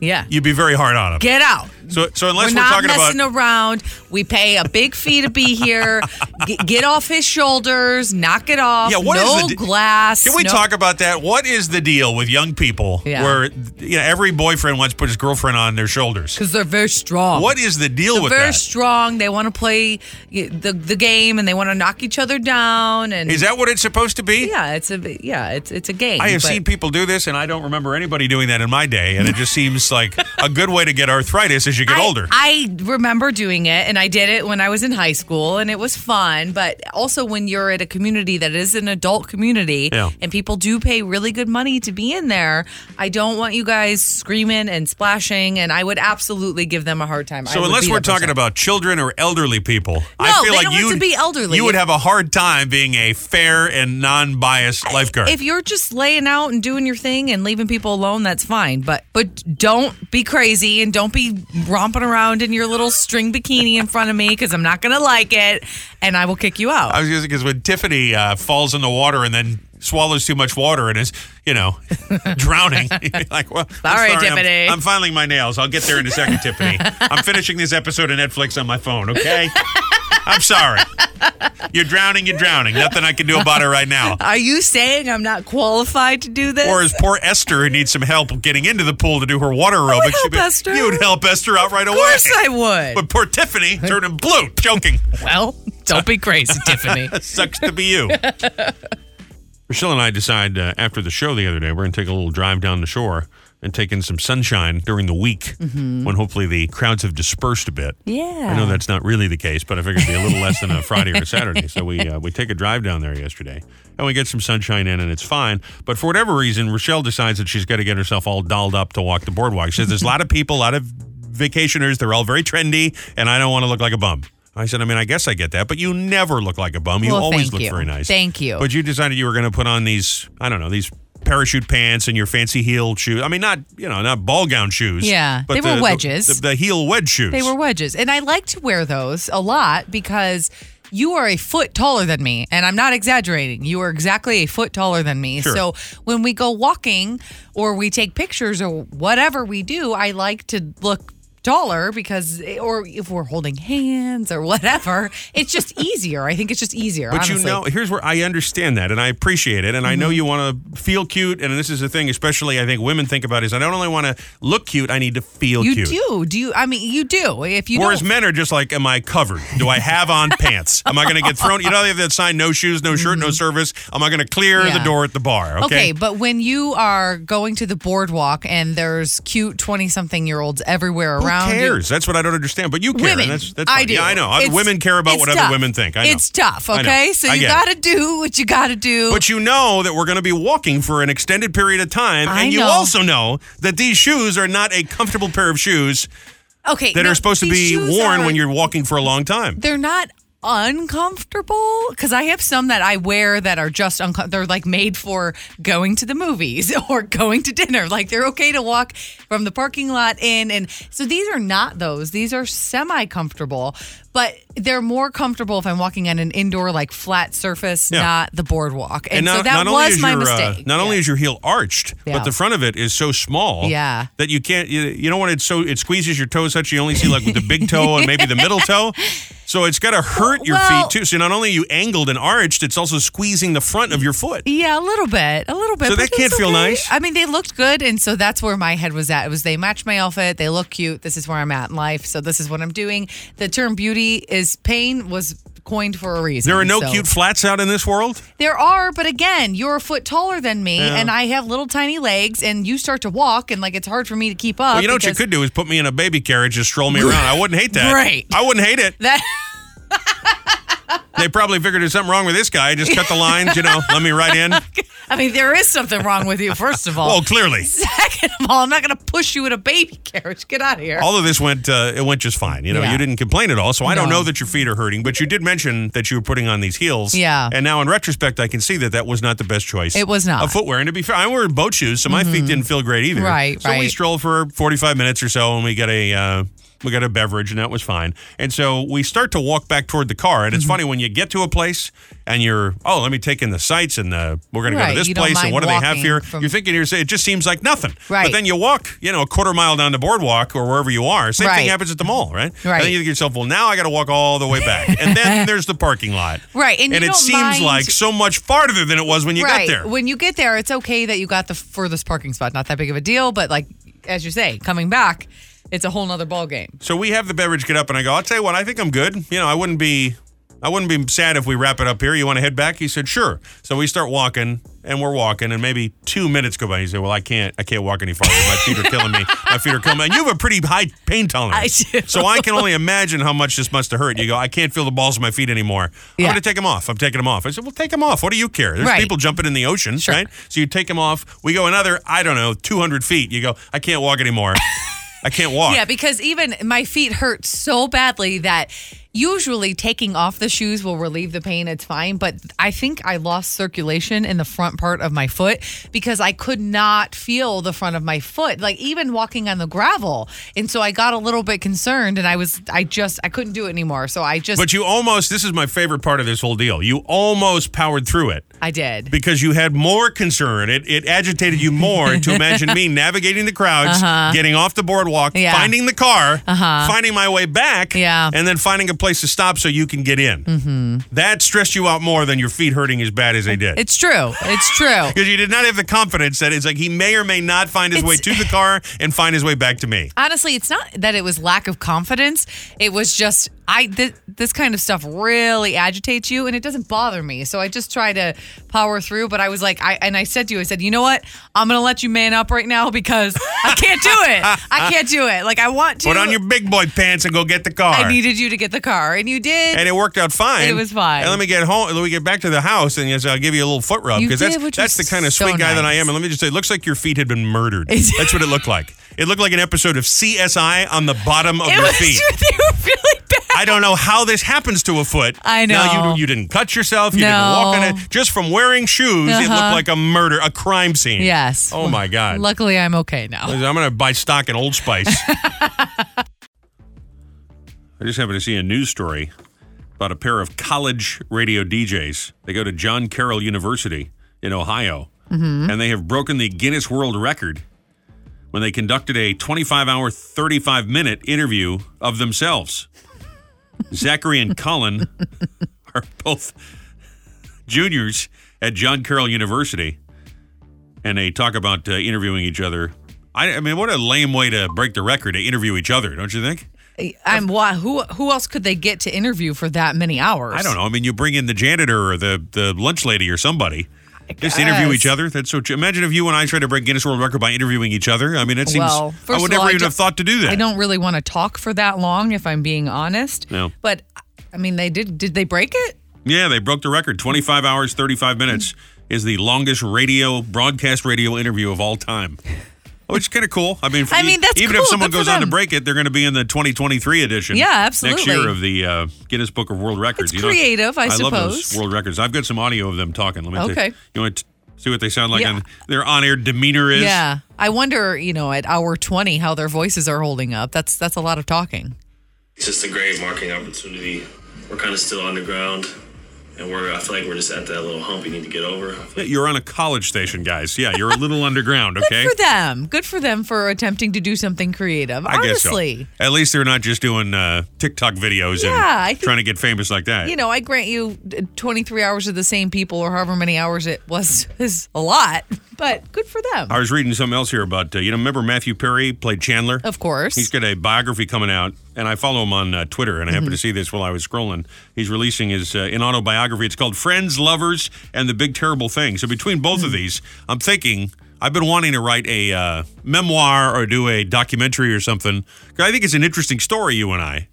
[SPEAKER 2] yeah.
[SPEAKER 1] you'd be very hard on them.
[SPEAKER 2] Get out.
[SPEAKER 1] So, so unless
[SPEAKER 2] We're
[SPEAKER 1] we're,
[SPEAKER 2] not
[SPEAKER 1] talking about
[SPEAKER 2] messing around. We pay a big fee to
[SPEAKER 1] *laughs*
[SPEAKER 2] be here. G- get off his shoulders. Knock it off.
[SPEAKER 1] Yeah, what is
[SPEAKER 2] no
[SPEAKER 1] the di-
[SPEAKER 2] glass.
[SPEAKER 1] Can we
[SPEAKER 2] no-
[SPEAKER 1] talk about that? What is the deal with young people
[SPEAKER 2] Yeah.
[SPEAKER 1] where you know every boyfriend wants to put his girlfriend on their shoulders?
[SPEAKER 2] Because they're very strong.
[SPEAKER 1] What is the deal
[SPEAKER 2] They're
[SPEAKER 1] with
[SPEAKER 2] very
[SPEAKER 1] that? Is
[SPEAKER 2] strong. They want to play y- the the game and they want to knock each other down. And
[SPEAKER 1] that what it's supposed to be?
[SPEAKER 2] yeah, it's a yeah, it's it's a game.
[SPEAKER 1] I have
[SPEAKER 2] but-
[SPEAKER 1] seen people do this, and I don't remember anybody doing that in my day. And it just seems like a good way to get arthritis as you get
[SPEAKER 2] I-
[SPEAKER 1] older.
[SPEAKER 2] I remember doing it, and I did it when I was in high school, and it was fun. But also, when you're at a community that is an adult community,
[SPEAKER 1] Yeah.
[SPEAKER 2] and people do pay really good money to be in there, I don't want you guys screaming and splashing, and I would absolutely give them a hard time. I
[SPEAKER 1] so
[SPEAKER 2] would
[SPEAKER 1] unless
[SPEAKER 2] be
[SPEAKER 1] we're
[SPEAKER 2] that
[SPEAKER 1] talking
[SPEAKER 2] person.
[SPEAKER 1] about children or elderly people, I
[SPEAKER 2] No,
[SPEAKER 1] feel
[SPEAKER 2] they
[SPEAKER 1] like
[SPEAKER 2] don't have
[SPEAKER 1] you
[SPEAKER 2] to be elderly.
[SPEAKER 1] You would have a hard time being a fair and non-biased lifeguard.
[SPEAKER 2] If you're just laying out and doing your thing and leaving people alone, that's fine. But but don't be crazy and don't be romping around in your little string bikini in front of me because I'm not gonna like it, and I will kick you out.
[SPEAKER 1] I was just because when Tiffany uh, falls in the water and then swallows too much water and is, you know, *laughs* drowning. *laughs* you're like, well, I'm sorry,
[SPEAKER 2] Sorry,
[SPEAKER 1] I'm-
[SPEAKER 2] Tiffany.
[SPEAKER 1] I'm, filing my nails. I'll get there in a second, Tiffany. I'm finishing this episode of Netflix on my phone. Okay. I'm sorry. You're drowning. You're drowning. Nothing I can do about it right now.
[SPEAKER 2] Are you saying I'm not qualified to do this?
[SPEAKER 1] Or is poor Esther who needs some help getting into the pool to do her water aerobics?
[SPEAKER 2] Oh, help
[SPEAKER 1] She'd be-
[SPEAKER 2] Esther.
[SPEAKER 1] You would help Esther out right
[SPEAKER 2] of
[SPEAKER 1] away.
[SPEAKER 2] course I would.
[SPEAKER 1] But poor Tiffany turning blue, joking.
[SPEAKER 2] well, don't be crazy, Tiffany.
[SPEAKER 1] *laughs* Sucks to be you. Rochelle and I decide uh, after the show the other day, we're going to take a little drive down the shore and take in some sunshine during the week when hopefully the crowds have dispersed a bit.
[SPEAKER 2] *laughs* Yeah.
[SPEAKER 1] I know that's not really the case, but I figured it'd be a little less than a Friday or a Saturday. So we uh, we take a drive down there yesterday and we get some sunshine in and it's fine. But for whatever reason, Rochelle decides that she's got to get herself all dolled up to walk the boardwalk. She says, There's a lot of people, a lot of vacationers. They're all very trendy and I don't want to look like a bum. I said, I mean, I guess I get that, but you never look like a bum. You
[SPEAKER 2] Well,
[SPEAKER 1] always
[SPEAKER 2] thank
[SPEAKER 1] look
[SPEAKER 2] you.
[SPEAKER 1] very nice.
[SPEAKER 2] Thank you.
[SPEAKER 1] But you decided you were going to put on these, I don't know, these parachute pants and your fancy heel shoes. I mean, not, you know, not ball gown shoes.
[SPEAKER 2] Yeah,
[SPEAKER 1] but
[SPEAKER 2] they were
[SPEAKER 1] the- the-
[SPEAKER 2] wedges.
[SPEAKER 1] The, the heel wedge shoes.
[SPEAKER 2] They were wedges. And I like to wear those a lot because you are a foot taller than me. And I'm not exaggerating. You are exactly a foot taller than me.
[SPEAKER 1] Sure.
[SPEAKER 2] So when we go walking or we take pictures or whatever we do, I like to look taller because or if we're holding hands or whatever it's
[SPEAKER 1] *laughs*
[SPEAKER 2] just easier i think it's just easier
[SPEAKER 1] But
[SPEAKER 2] honestly. Mm-hmm.
[SPEAKER 1] you know, here's where I understand that, and I appreciate it, and I know you want to feel cute, and this is the thing, especially I think women think about is I don't only want to look cute, I need to feel
[SPEAKER 2] You
[SPEAKER 1] cute.
[SPEAKER 2] do. Do you? I mean, you do. If you
[SPEAKER 1] Whereas
[SPEAKER 2] don't,
[SPEAKER 1] men are just like, am I covered? Do I have
[SPEAKER 2] *laughs*
[SPEAKER 1] on pants? Am I going to get thrown? You know, they have that sign, no shoes, no shirt, no service. Am I going to clear the
[SPEAKER 2] Mm-hmm. Yeah.
[SPEAKER 1] door at the bar? Okay.
[SPEAKER 2] but when you are going to the boardwalk and there's cute twenty-something-year-olds everywhere around,
[SPEAKER 1] Who
[SPEAKER 2] you-
[SPEAKER 1] cares? That's what I don't understand. But you care.
[SPEAKER 2] Women,
[SPEAKER 1] and that's, that's
[SPEAKER 2] I
[SPEAKER 1] fine.
[SPEAKER 2] do.
[SPEAKER 1] Yeah, I know. I-
[SPEAKER 2] It's-
[SPEAKER 1] women care about
[SPEAKER 2] it's
[SPEAKER 1] what other
[SPEAKER 2] tough.
[SPEAKER 1] women think. I know.
[SPEAKER 2] It's tough.
[SPEAKER 1] I know.
[SPEAKER 2] Okay, so
[SPEAKER 1] I
[SPEAKER 2] you
[SPEAKER 1] get it.
[SPEAKER 2] got to do what you got to do.
[SPEAKER 1] But you know that we're going to be walking for an extended period of time,
[SPEAKER 2] I
[SPEAKER 1] and you
[SPEAKER 2] know.
[SPEAKER 1] also know that these shoes are not a comfortable pair of shoes
[SPEAKER 2] okay,
[SPEAKER 1] that
[SPEAKER 2] no,
[SPEAKER 1] are supposed to
[SPEAKER 2] these
[SPEAKER 1] be
[SPEAKER 2] shoes
[SPEAKER 1] worn
[SPEAKER 2] are-
[SPEAKER 1] when you're walking for a long time.
[SPEAKER 2] They're not uncomfortable because I have some that I wear that are just uncom- they're like made for going to the movies *laughs* or going to dinner. Like they're okay to walk from the parking lot in, and so these are not those. These are semi comfortable, but they're more comfortable if I'm walking on an indoor like flat surface,
[SPEAKER 1] Yeah.
[SPEAKER 2] not the boardwalk. And, so that
[SPEAKER 1] only
[SPEAKER 2] was
[SPEAKER 1] is
[SPEAKER 2] my
[SPEAKER 1] your, uh,
[SPEAKER 2] mistake.
[SPEAKER 1] not
[SPEAKER 2] Yeah.
[SPEAKER 1] only is your heel arched,
[SPEAKER 2] Yeah.
[SPEAKER 1] but the front of it is so small
[SPEAKER 2] Yeah.
[SPEAKER 1] that you can't. You, you know when it's so it squeezes your toe such you only see like with the big toe and maybe the middle
[SPEAKER 2] *laughs*
[SPEAKER 1] toe. So it's got to hurt your
[SPEAKER 2] well-
[SPEAKER 1] feet too. So not only are you angled and arched, it's also squeezing the front of your foot.
[SPEAKER 2] Yeah, a little bit, a little bit.
[SPEAKER 1] So
[SPEAKER 2] but
[SPEAKER 1] that can't
[SPEAKER 2] it's
[SPEAKER 1] feel
[SPEAKER 2] okay.
[SPEAKER 1] nice.
[SPEAKER 2] I mean, they looked good, and so that's where my head was at. It was they match my outfit, they look cute. This is where I'm at in life, so this is what I'm doing. The term "beauty is pain" was coined for a reason.
[SPEAKER 1] There are no
[SPEAKER 2] so-
[SPEAKER 1] cute flats out in this world.
[SPEAKER 2] There are, but again, you're a foot taller than me,
[SPEAKER 1] Yeah.
[SPEAKER 2] and I have little tiny legs, and you start to walk, and like it's hard for me to keep up.
[SPEAKER 1] Well, you know what you
[SPEAKER 2] because
[SPEAKER 1] could do is put me in a baby carriage and stroll me around. I wouldn't hate that.
[SPEAKER 2] Great.
[SPEAKER 1] I wouldn't hate it.
[SPEAKER 2] That *laughs*
[SPEAKER 1] They probably figured there's something wrong with this guy. Just cut the lines, you know, let me right in.
[SPEAKER 2] I mean, there is something wrong with you. First of all,
[SPEAKER 1] Well, clearly.
[SPEAKER 2] *laughs* second of all, I'm not going to push you in a baby carriage. Get out of here.
[SPEAKER 1] *laughs* All of this went uh, it went just fine. You know,
[SPEAKER 2] Yeah.
[SPEAKER 1] you didn't complain at all. So I don't
[SPEAKER 2] No.
[SPEAKER 1] know that your feet are hurting, but you did mention that you were putting on these heels.
[SPEAKER 2] Yeah.
[SPEAKER 1] And now in retrospect, I can see that that was not the best choice.
[SPEAKER 2] It was not. Mm-hmm.
[SPEAKER 1] Of footwear. And to be fair, I wore boat shoes, so my feet didn't feel great either.
[SPEAKER 2] Right,
[SPEAKER 1] So we
[SPEAKER 2] right.
[SPEAKER 1] strolled for 45 minutes or so, and we got
[SPEAKER 2] Mm-hmm.
[SPEAKER 1] a. Uh, we got a beverage and that was fine. And so we start to walk back toward the car. And it's funny when you get to a place and you're, oh, let me take in the sights and the, we're going to
[SPEAKER 2] Right,
[SPEAKER 1] go to
[SPEAKER 2] you
[SPEAKER 1] this
[SPEAKER 2] don't
[SPEAKER 1] place and
[SPEAKER 2] mind
[SPEAKER 1] what do they have
[SPEAKER 2] walking
[SPEAKER 1] here?
[SPEAKER 2] from-
[SPEAKER 1] you're thinking to yourself, it just seems like nothing. But
[SPEAKER 2] Right.
[SPEAKER 1] then you walk, you know, a quarter mile down the boardwalk or wherever you are. Same thing
[SPEAKER 2] Right.
[SPEAKER 1] happens at the mall, right? And
[SPEAKER 2] Right.
[SPEAKER 1] then you think to yourself, well, now I got to walk all the way back. and
[SPEAKER 2] *laughs*
[SPEAKER 1] then there's the parking lot.
[SPEAKER 2] Right, and
[SPEAKER 1] And,
[SPEAKER 2] you
[SPEAKER 1] it
[SPEAKER 2] don't
[SPEAKER 1] seems
[SPEAKER 2] mind-
[SPEAKER 1] like so much farther than it was when you got
[SPEAKER 2] right.
[SPEAKER 1] there.
[SPEAKER 2] When you get there, it's okay that you got the furthest parking spot. Not that big of a deal, but like as you say, coming back, it's a whole nother ball game.
[SPEAKER 1] So we have the beverage get up, and I go, I'll tell you what, I think I'm good. You know, I wouldn't be. I wouldn't be sad if we wrap it up here. You want to head back? He said, "Sure." So we start walking, and we're walking, and maybe two minutes go by. He said, "Well, I can't. I can't walk any farther. My feet are killing me. My feet are killing me." And you have a pretty high pain tolerance,
[SPEAKER 2] I do.
[SPEAKER 1] so I can only imagine how much this must have hurt. You go, "I can't feel the balls of my feet anymore. I'm
[SPEAKER 2] Yeah.
[SPEAKER 1] going to take them off. I'm taking them off." I said, "Well, take them off. What do you care? There's
[SPEAKER 2] Right.
[SPEAKER 1] people jumping in the ocean,
[SPEAKER 2] Sure.
[SPEAKER 1] right? So you take them off. We go another, I don't know, 200 feet. You go, I can't walk anymore. I can't walk.
[SPEAKER 2] Yeah, because even my feet hurt so badly that usually taking off the shoes will relieve the pain. It's fine. But I think I lost circulation in the front part of my foot because I could not feel the front of my foot, like even walking on the gravel. And so I got a little bit concerned and I was, I just, I couldn't do it anymore. So I just,
[SPEAKER 1] But you almost, this is my favorite part of this whole deal. You almost powered through it
[SPEAKER 2] I did.
[SPEAKER 1] because you had more concern. It, it agitated you more to imagine
[SPEAKER 2] *laughs*
[SPEAKER 1] me navigating the crowds, getting off the boardwalk,
[SPEAKER 2] Uh-huh. Yeah. Uh-huh.
[SPEAKER 1] finding the car, finding my way back,
[SPEAKER 2] Yeah.
[SPEAKER 1] and then finding a place to stop so you can get in. Mm-hmm. That stressed you out more than your feet hurting as bad as they did.
[SPEAKER 2] It's true. It's true.
[SPEAKER 1] Because you did not have the confidence that it's like he may or may not find his way to
[SPEAKER 2] It's-
[SPEAKER 1] the car and find his way back to me.
[SPEAKER 2] honestly it's not that it was lack of confidence it was just i th- this kind of stuff really agitates you and it doesn't bother me so i just try to power through but i was like i and i said to you i said you know what i'm gonna let you man up right now because i can't do it i can't do it like i want to
[SPEAKER 1] Put on your big boy pants and go get the car.
[SPEAKER 2] i needed you to get the car and you
[SPEAKER 1] *laughs*
[SPEAKER 2] did
[SPEAKER 1] and it worked out fine.
[SPEAKER 2] It was fine.
[SPEAKER 1] And let me get home. Let me get back to the house, and yes, I'll give you a little foot rub
[SPEAKER 2] You
[SPEAKER 1] because that's
[SPEAKER 2] did, which
[SPEAKER 1] that's the
[SPEAKER 2] was
[SPEAKER 1] kind of
[SPEAKER 2] so
[SPEAKER 1] sweet guy that I am.
[SPEAKER 2] nice.
[SPEAKER 1] And let me just say, it looks like your feet had been murdered.
[SPEAKER 2] It's-
[SPEAKER 1] that's what it looked like. It looked like an episode of CSI on the bottom of
[SPEAKER 2] it
[SPEAKER 1] your
[SPEAKER 2] was
[SPEAKER 1] feet.
[SPEAKER 2] true. *laughs* they were really bad
[SPEAKER 1] I don't know how this happens to a foot.
[SPEAKER 2] I
[SPEAKER 1] Now
[SPEAKER 2] know.
[SPEAKER 1] you, you didn't cut yourself. You didn't walk on
[SPEAKER 2] No.
[SPEAKER 1] it. Just from wearing shoes, it looked
[SPEAKER 2] Uh-huh.
[SPEAKER 1] like a murder, a crime scene.
[SPEAKER 2] yes
[SPEAKER 1] Oh my God.
[SPEAKER 2] luckily i'm okay now
[SPEAKER 1] I'm going to buy stock in Old Spice. I just happened to see a news story about a pair of college radio DJs. They go to John Carroll University in Ohio, and they have broken the Guinness World Record when they conducted a 25 hour, 35 minute interview of themselves. Zachary and Colin are both juniors at John Carroll University and they talk about uh, interviewing each other. I, I mean, what a lame way to break the record to interview each other, don't you think?
[SPEAKER 2] i'm why who who else could they get to interview for that many hours
[SPEAKER 1] I don't know. I mean, you bring in the janitor or the, the lunch lady or somebody. Just interview
[SPEAKER 2] guess.
[SPEAKER 1] each other. That's so. Ch- Imagine if you and I tried to break Guinness World Record by interviewing each other. I mean, it seems
[SPEAKER 2] Well,
[SPEAKER 1] I
[SPEAKER 2] first
[SPEAKER 1] would
[SPEAKER 2] of
[SPEAKER 1] never
[SPEAKER 2] all, I
[SPEAKER 1] even
[SPEAKER 2] don't-
[SPEAKER 1] have thought to do that.
[SPEAKER 2] I don't really want to talk for that long, if I'm being honest.
[SPEAKER 1] No.
[SPEAKER 2] But I mean, they did. Did they break it?
[SPEAKER 1] Yeah, they broke the record. 25 hours, 35 minutes is the longest radio broadcast radio interview of all time. Which is kind of cool. I mean,
[SPEAKER 2] I mean, that's
[SPEAKER 1] even if
[SPEAKER 2] cool.
[SPEAKER 1] someone
[SPEAKER 2] Good for
[SPEAKER 1] goes on to
[SPEAKER 2] them.
[SPEAKER 1] break it, they're going to be in the 2023 edition.
[SPEAKER 2] Yeah,
[SPEAKER 1] Next
[SPEAKER 2] absolutely.
[SPEAKER 1] year of the uh, Guinness Book of World Records.
[SPEAKER 2] It's creative, I
[SPEAKER 1] love those
[SPEAKER 2] suppose.
[SPEAKER 1] world records. I've got some audio of them talking. Let me tell
[SPEAKER 2] Okay.
[SPEAKER 1] you. You want to see what they sound like?
[SPEAKER 2] Yeah.
[SPEAKER 1] On, their on-air demeanor is.
[SPEAKER 2] yeah. I wonder, you know, at hour twenty, how their voices are holding up. That's that's a lot of talking.
[SPEAKER 3] it's just a great marketing opportunity. We're kind of still underground, and we're I feel like we're just at that little hump you need to get over. I feel
[SPEAKER 1] Yeah, You're on a college station, guys. Yeah, you're a little *laughs* underground. Okay.
[SPEAKER 2] Good for them. Good for them for attempting to do something creative.
[SPEAKER 1] I guess so.
[SPEAKER 2] Honestly.
[SPEAKER 1] At least they're not just doing uh, TikTok videos and
[SPEAKER 2] Yeah, I think-
[SPEAKER 1] trying to get famous like that.
[SPEAKER 2] You know, I grant you uh, 23 hours of the same people or however many hours it was *laughs* is a lot, but good for them.
[SPEAKER 1] I was reading something else here about uh, you know remember Matthew Perry played Chandler.
[SPEAKER 2] Of course.
[SPEAKER 1] He's got a biography coming out, and I follow him on uh, Twitter, and I
[SPEAKER 2] Mm-hmm.
[SPEAKER 1] happened to see this while I was scrolling. He's releasing his uh, an autobiography. It's called Friends, Lovers, and the Big Terrible Thing. So between both
[SPEAKER 2] Mm-hmm.
[SPEAKER 1] of these, I'm thinking I've been wanting to write a uh, memoir or do a documentary or something. 'Cause I think it's an interesting story. You and I.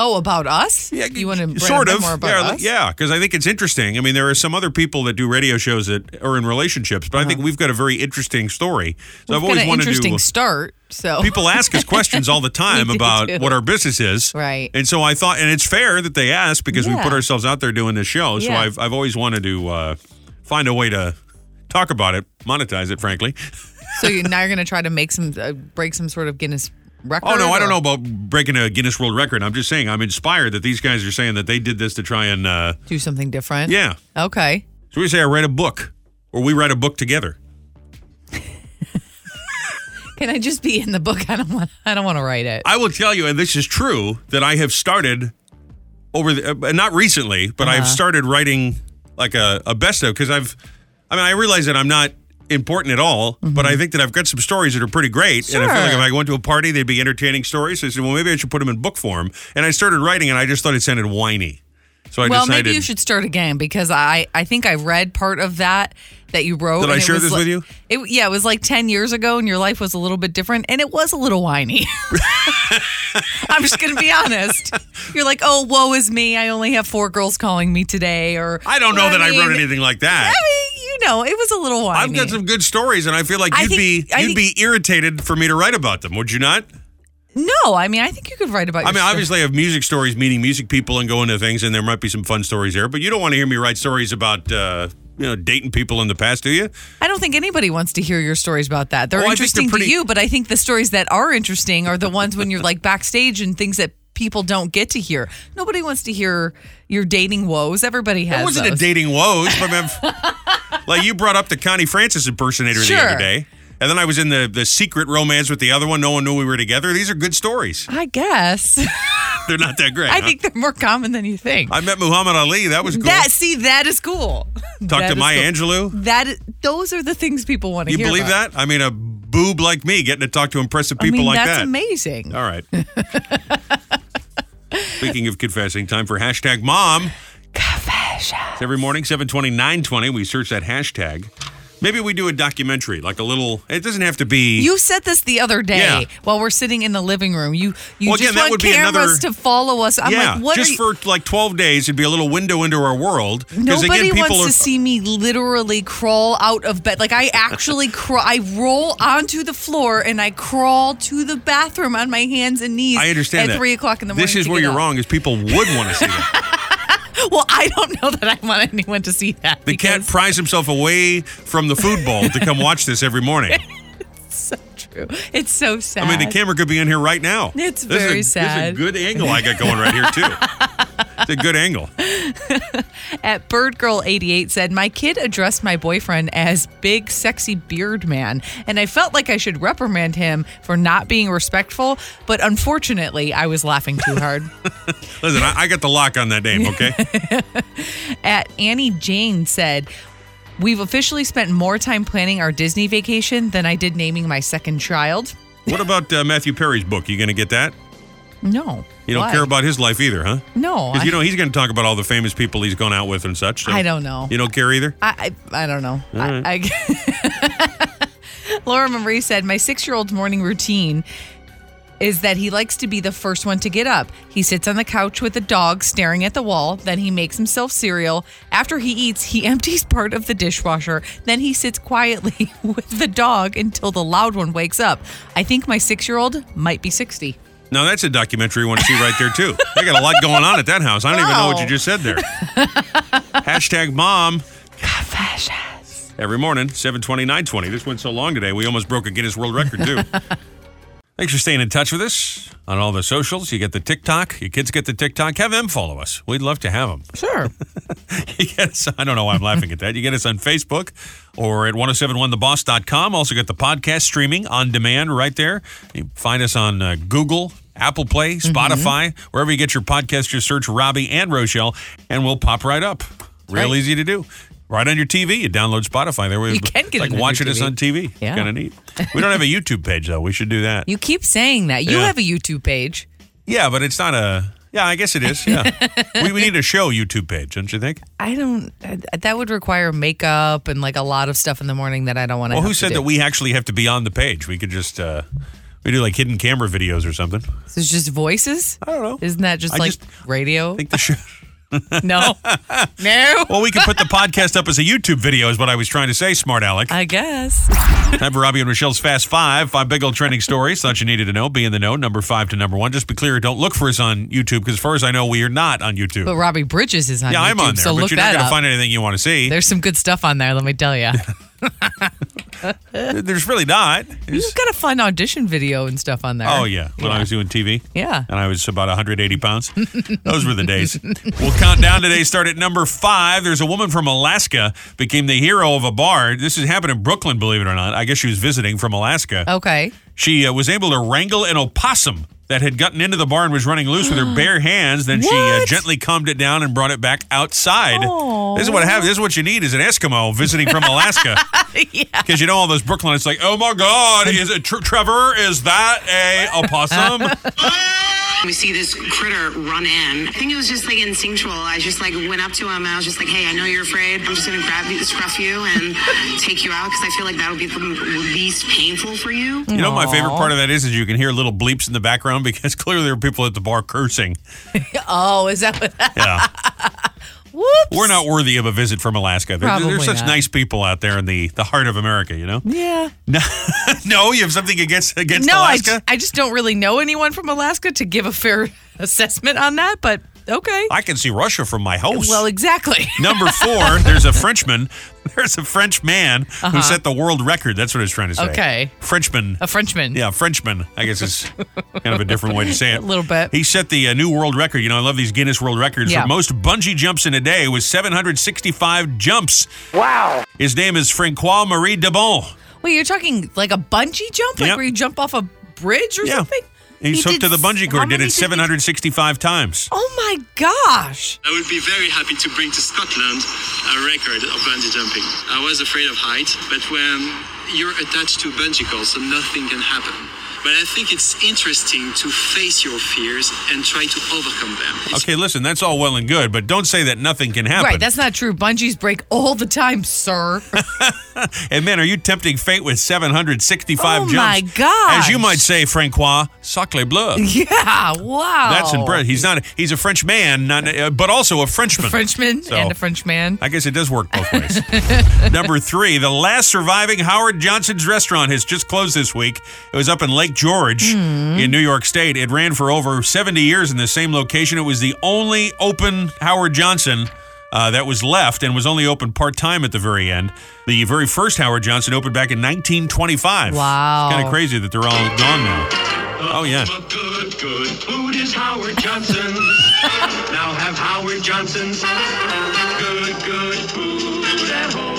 [SPEAKER 2] oh, about us?
[SPEAKER 1] Yeah,
[SPEAKER 2] you want to write
[SPEAKER 1] sort
[SPEAKER 2] a
[SPEAKER 1] of
[SPEAKER 2] memoir about
[SPEAKER 1] yeah,
[SPEAKER 2] us?
[SPEAKER 1] yeah, because I think it's interesting. I mean, there are some other people that do radio shows that are in relationships, but I think we've got a very interesting story. So I've
[SPEAKER 2] Uh-huh. We've got
[SPEAKER 1] always
[SPEAKER 2] an
[SPEAKER 1] wanted
[SPEAKER 2] interesting
[SPEAKER 1] to.
[SPEAKER 2] start. So
[SPEAKER 1] People ask us questions
[SPEAKER 2] *laughs*
[SPEAKER 1] all the time
[SPEAKER 2] We do
[SPEAKER 1] about
[SPEAKER 2] too.
[SPEAKER 1] what our business is,
[SPEAKER 2] Right.
[SPEAKER 1] And so I thought, and it's fair that they ask because we
[SPEAKER 2] Yeah.
[SPEAKER 1] put ourselves out there doing this show. So
[SPEAKER 2] Yeah.
[SPEAKER 1] I've I've always wanted to uh, find a way to talk about it, monetize it, frankly.
[SPEAKER 2] So you, now you're going to try to make some, uh, break some sort of Guinness record?
[SPEAKER 1] Oh no, I don't know
[SPEAKER 2] or-
[SPEAKER 1] about breaking a Guinness World Record. I'm just saying I'm inspired that these guys are saying that they did this to try and uh,
[SPEAKER 2] Do something different.
[SPEAKER 1] yeah.
[SPEAKER 2] Okay.
[SPEAKER 1] So we say I write a book, or we write a book together.
[SPEAKER 2] Can I just be in the book? *laughs* I don't want. I don't want to write it.
[SPEAKER 1] I will tell you, and this is true, that I have started over the, uh, not recently, but
[SPEAKER 2] Uh-huh.
[SPEAKER 1] I've started writing like a, a best of because I've, I mean, I realize that I'm not important at all, but I think that I've got some stories that are pretty great. And I feel like if
[SPEAKER 2] Mm-hmm. Sure.
[SPEAKER 1] I went to a party, they'd be entertaining stories. So I said, well, maybe I should put them in book form. And I started writing, and I just thought it sounded whiny. So I
[SPEAKER 2] well,
[SPEAKER 1] decided.
[SPEAKER 2] maybe you should start again because I I think I read part of that that you wrote.
[SPEAKER 1] Did I
[SPEAKER 2] and it
[SPEAKER 1] share
[SPEAKER 2] was
[SPEAKER 1] this
[SPEAKER 2] li-
[SPEAKER 1] with you?
[SPEAKER 2] It, yeah, it was like ten years ago, and your life was a little bit different, and it was a little whiny. *laughs* I'm just gonna be honest. You're like, oh, woe is me. I only have four girls calling me today, or
[SPEAKER 1] I don't
[SPEAKER 2] You
[SPEAKER 1] know that I,
[SPEAKER 2] what
[SPEAKER 1] wrote
[SPEAKER 2] mean?
[SPEAKER 1] anything like that.
[SPEAKER 2] I mean, you know, it was a little whiny.
[SPEAKER 1] I've got some good stories, and I feel like
[SPEAKER 2] I
[SPEAKER 1] you'd
[SPEAKER 2] think-
[SPEAKER 1] be
[SPEAKER 2] I
[SPEAKER 1] you'd be irritated for me to write about them, would you not?
[SPEAKER 2] No, I mean, I think you could write about.
[SPEAKER 1] I mean,
[SPEAKER 2] your story.
[SPEAKER 1] obviously, I have music stories, meeting music people, and going to things, and there might be some fun stories there. But you don't want to hear me write stories about uh, you know dating people in the past, do you?
[SPEAKER 2] I don't think anybody wants to hear your stories about that. They're
[SPEAKER 1] Oh, I think they're
[SPEAKER 2] interesting
[SPEAKER 1] pretty-
[SPEAKER 2] to you, but I think the stories that are interesting are the ones when you're like backstage and things that people don't get to hear. Nobody wants to hear your dating woes. Everybody has.
[SPEAKER 1] It wasn't a
[SPEAKER 2] those.
[SPEAKER 1] dating woes, but
[SPEAKER 2] *laughs*
[SPEAKER 1] I'm- like you brought up the Connie Francis impersonator the other
[SPEAKER 2] Sure.
[SPEAKER 1] day, and then I was in the the secret romance with the other one. No one knew we were together. These are good stories. *laughs*
[SPEAKER 2] I guess.
[SPEAKER 1] They're not that great.
[SPEAKER 2] I
[SPEAKER 1] huh?
[SPEAKER 2] think they're more common than you think.
[SPEAKER 1] I met Muhammad Ali. That was cool.
[SPEAKER 2] That see, that is cool.
[SPEAKER 1] Talked
[SPEAKER 2] That
[SPEAKER 1] to
[SPEAKER 2] is
[SPEAKER 1] Maya
[SPEAKER 2] cool.
[SPEAKER 1] Angelou.
[SPEAKER 2] That is- those are the things people want to
[SPEAKER 1] You
[SPEAKER 2] hear.
[SPEAKER 1] believe
[SPEAKER 2] about.
[SPEAKER 1] that? I mean, a boob like me getting to talk to impressive people
[SPEAKER 2] I mean,
[SPEAKER 1] like
[SPEAKER 2] that's
[SPEAKER 1] that.
[SPEAKER 2] amazing.
[SPEAKER 1] All right. Speaking of confessing, time for hashtag mom. Confession. Every morning, 720, 920, we search that hashtag. Maybe we do a documentary, like a little, it doesn't have to be.
[SPEAKER 2] You said this the other day
[SPEAKER 1] Yeah.
[SPEAKER 2] while we're sitting in the living room. You you
[SPEAKER 1] Well,
[SPEAKER 2] just
[SPEAKER 1] again, that
[SPEAKER 2] want
[SPEAKER 1] would be
[SPEAKER 2] cameras
[SPEAKER 1] another-
[SPEAKER 2] to follow us. I'm
[SPEAKER 1] yeah,
[SPEAKER 2] like, what
[SPEAKER 1] just
[SPEAKER 2] are you,
[SPEAKER 1] for like 12 days, it'd be a little window into our world. 'Cause
[SPEAKER 2] Nobody
[SPEAKER 1] again, people are,
[SPEAKER 2] wants to see me literally crawl out of bed.
[SPEAKER 1] *laughs*
[SPEAKER 2] Like I actually crawl, I roll onto the floor and I crawl to the bathroom on my hands and knees.
[SPEAKER 1] I understand
[SPEAKER 2] at
[SPEAKER 1] that.
[SPEAKER 2] three o'clock in the morning.
[SPEAKER 1] This is
[SPEAKER 2] to
[SPEAKER 1] where
[SPEAKER 2] get
[SPEAKER 1] you're
[SPEAKER 2] up.
[SPEAKER 1] wrong, is people would want to see that.
[SPEAKER 2] *laughs* Well, I don't know that I want anyone to see that.
[SPEAKER 1] The cat
[SPEAKER 2] because
[SPEAKER 1] pries himself away from the food bowl to come watch this every
[SPEAKER 2] *laughs*
[SPEAKER 1] morning.
[SPEAKER 2] It's so true. It's so sad.
[SPEAKER 1] I mean, the camera could be in here right now. This
[SPEAKER 2] It's
[SPEAKER 1] is a-
[SPEAKER 2] very
[SPEAKER 1] This is a
[SPEAKER 2] sad.
[SPEAKER 1] good angle I got going right here too. it's a good angle.
[SPEAKER 2] at Bird Girl 88 said, My kid addressed my boyfriend as big, sexy beard man, and I felt like I should reprimand him for not being respectful, but unfortunately, I was laughing
[SPEAKER 1] *laughs*
[SPEAKER 2] too hard.
[SPEAKER 1] Listen, I, I got the lock on that name.
[SPEAKER 2] *laughs*
[SPEAKER 1] Okay,
[SPEAKER 2] at Annie Jane said, We've officially spent more time planning our Disney vacation than I did naming my second child.
[SPEAKER 1] what about uh, Matthew Perry's book? You going to get that?
[SPEAKER 2] No.
[SPEAKER 1] You don't
[SPEAKER 2] Why?
[SPEAKER 1] care about his life either, huh?
[SPEAKER 2] No.
[SPEAKER 1] Because
[SPEAKER 2] I,
[SPEAKER 1] you know he's going to talk about all the famous people he's gone out with and such. so
[SPEAKER 2] I don't know.
[SPEAKER 1] You don't care either.
[SPEAKER 2] I, I, I don't know. I, I- *laughs* Laura Marie said, My six year old's morning routine is that he likes to be the first one to get up. He sits on the couch with the dog staring at the wall. Then he makes himself cereal. After he eats, he *laughs* empties part of the dishwasher. Then he sits quietly *laughs* with the dog until the loud one wakes up. I think my six year old might be 60.
[SPEAKER 1] Now that's a documentary you want to see right there too. They got a lot going on at that house. I don't even know what
[SPEAKER 2] Wow.
[SPEAKER 1] you just said there.
[SPEAKER 2] *laughs*
[SPEAKER 1] Hashtag mom. Every morning, 720, 920. This went so long today, we almost broke a Guinness World Record, too. Thanks for staying in touch with us on all the socials. You get the TikTok. Your kids get the TikTok. Have them follow us. We'd love to have them.
[SPEAKER 2] Sure.
[SPEAKER 1] *laughs* You get us, I don't know why I'm laughing at that. You get us on Facebook or at 1071theboss.com. Also get the podcast streaming on demand right there. You find us on uh, Google, Apple Play,
[SPEAKER 2] Mm-hmm.
[SPEAKER 1] Spotify, wherever you get your podcast, just search Robbie and Rochelle, and we'll pop right up. Real
[SPEAKER 2] right.
[SPEAKER 1] easy to do. Right on your TV, you download Spotify. There we
[SPEAKER 2] You can get it
[SPEAKER 1] like
[SPEAKER 2] on your
[SPEAKER 1] watching us
[SPEAKER 2] TV.
[SPEAKER 1] on TV.
[SPEAKER 2] Yeah.
[SPEAKER 1] Kind of neat. We don't have a YouTube page though. We should do that.
[SPEAKER 2] You keep saying that. You
[SPEAKER 1] Yeah.
[SPEAKER 2] have a YouTube page.
[SPEAKER 1] yeah, but it's not a. Yeah, I guess it is.
[SPEAKER 2] *laughs*
[SPEAKER 1] Yeah, we, we need a show YouTube page, don't you think?
[SPEAKER 2] I don't. That would require makeup and like a lot of stuff in the morning that I don't want to.
[SPEAKER 1] Well, who said that we actually have to be on the page? We could just uh, we do like hidden camera videos or something.
[SPEAKER 2] So it's just voices?
[SPEAKER 1] I don't know.
[SPEAKER 2] Isn't that just
[SPEAKER 1] I
[SPEAKER 2] like
[SPEAKER 1] just
[SPEAKER 2] radio?
[SPEAKER 1] think the show.
[SPEAKER 2] *laughs*
[SPEAKER 1] *laughs*
[SPEAKER 2] no, no.
[SPEAKER 1] Well, we could
[SPEAKER 2] *laughs*
[SPEAKER 1] put the podcast up as a YouTube video, is what I was trying to say, smart Alec.
[SPEAKER 2] I guess.
[SPEAKER 1] Time for Robbie and Rochelle's Fast Five. Five big old trending stories. Thought you needed to know. Be in the know. Number five to number one. Just be clear. Don't look for us on YouTube because, as far as I know, we are not on YouTube.
[SPEAKER 2] But Robbie Bridges is on.
[SPEAKER 1] yeah, I'm
[SPEAKER 2] YouTube,
[SPEAKER 1] on there,
[SPEAKER 2] So
[SPEAKER 1] but
[SPEAKER 2] look
[SPEAKER 1] you're not
[SPEAKER 2] that
[SPEAKER 1] going to
[SPEAKER 2] up.
[SPEAKER 1] find anything you want to see. *laughs*
[SPEAKER 2] There's some good stuff on there. Let me tell you.
[SPEAKER 1] There's really not. There's-
[SPEAKER 2] You've got a fun audition video and stuff on there.
[SPEAKER 1] Oh yeah, when I was doing TV.
[SPEAKER 2] Yeah.
[SPEAKER 1] and I was about 180
[SPEAKER 2] *laughs*
[SPEAKER 1] pounds. Those were the days. we'll count down today. Start at number five. There's a woman from Alaska became the hero of a bar. This has happened in Brooklyn, believe it or not. I guess she was visiting from Alaska.
[SPEAKER 2] Okay.
[SPEAKER 1] She uh, was able to wrangle an opossum that had gotten into the bar and was running loose
[SPEAKER 2] *gasps*
[SPEAKER 1] with her bare hands. Then she uh,
[SPEAKER 2] What?
[SPEAKER 1] gently calmed it down and brought it back outside.
[SPEAKER 2] Aw.
[SPEAKER 1] This is what happens. This is what you need is an Eskimo visiting
[SPEAKER 2] *laughs*
[SPEAKER 1] from Alaska. Because you know all those Brooklynites like, oh my God, is it tr- Trevor? Is that a opossum?
[SPEAKER 4] We see this critter run in. I think it was just like instinctual. I just like went up to him and I was just like, "Hey, I know you're afraid. I'm just gonna grab you, scruff you, and take you out because I feel like that would be the least painful for you."
[SPEAKER 1] you know, my favorite
[SPEAKER 2] Aw.
[SPEAKER 1] part of that is is you can hear little bleeps in the background because *laughs* clearly there are people at the bar cursing.
[SPEAKER 2] Oh, is that what?
[SPEAKER 1] Yeah,
[SPEAKER 2] *laughs* Whoops.
[SPEAKER 1] we're not worthy of a visit from Alaska. There-
[SPEAKER 2] Probably
[SPEAKER 1] there's such
[SPEAKER 2] not.
[SPEAKER 1] nice people out there in the the heart of America. You know. *laughs*
[SPEAKER 2] Yeah.
[SPEAKER 1] No, no, you have something against against
[SPEAKER 2] No, I,
[SPEAKER 1] Alaska.
[SPEAKER 2] I just don't really know anyone from Alaska to give a fair *laughs* assessment on that, but okay.
[SPEAKER 1] I, can see Russia from my house.
[SPEAKER 2] well, *laughs* exactly.
[SPEAKER 1] Number four, there's a Frenchman. *laughs* There's a French man who set the world record. That's what I was trying to say.
[SPEAKER 2] Uh-huh. Okay.
[SPEAKER 1] Frenchman.
[SPEAKER 2] A Frenchman.
[SPEAKER 1] yeah, Frenchman. I guess is kind of a different way to
[SPEAKER 2] *laughs*
[SPEAKER 1] say it. A
[SPEAKER 2] little bit.
[SPEAKER 1] He set the uh, new world record. You know, I love these Guinness World Records
[SPEAKER 2] Yeah.
[SPEAKER 1] for most bungee jumps in a day. It was 765 jumps. Wow. His name is Francois Marie Debon.
[SPEAKER 2] Wait, you're talking like a bungee jump? Like
[SPEAKER 1] Yep.
[SPEAKER 2] where you jump off a bridge or
[SPEAKER 1] Yeah.
[SPEAKER 2] something?
[SPEAKER 1] He's
[SPEAKER 2] He
[SPEAKER 1] hooked
[SPEAKER 2] did
[SPEAKER 1] to the bungee
[SPEAKER 2] s-
[SPEAKER 1] cord.
[SPEAKER 2] how
[SPEAKER 1] Did
[SPEAKER 2] many
[SPEAKER 1] it 765 times.
[SPEAKER 2] Oh my gosh.
[SPEAKER 5] I would be very happy to bring to Scotland a record of bungee jumping. I was afraid of height, but when you're attached to a bungee cord, so nothing can happen. But I think it's interesting to face your fears and try to overcome them. It's
[SPEAKER 1] Okay, listen, that's all well and good, but don't say that nothing can happen.
[SPEAKER 2] Right, that's not true. Bungees break all the time,
[SPEAKER 1] *laughs*
[SPEAKER 2] sir.
[SPEAKER 1] And man, are you tempting fate with 765
[SPEAKER 2] Oh
[SPEAKER 1] jumps?
[SPEAKER 2] my gosh.
[SPEAKER 1] As you might say, Francois, sacre bleu.
[SPEAKER 2] yeah, wow.
[SPEAKER 1] That's impressive. He's not. He's a French man, not, uh, but also a Frenchman.
[SPEAKER 2] Frenchman
[SPEAKER 1] So-
[SPEAKER 2] and a Frenchman.
[SPEAKER 1] I guess it does work
[SPEAKER 2] *laughs*
[SPEAKER 1] both ways. Number three, the last surviving Howard Johnson's restaurant has just closed this week. It was up in Lake George
[SPEAKER 2] Hmm.
[SPEAKER 1] in New York State. It ran for over 70 years in the same location. It was the only open Howard Johnson. Uh, that was left and was only open part time at the very end. The very first Howard Johnson opened back in 1925.
[SPEAKER 2] Wow.
[SPEAKER 1] It's kind of crazy that they're all gone now. Oh, yeah.
[SPEAKER 6] Good, good food is Howard Johnson's. now have Howard Johnson's. Good, good food at home.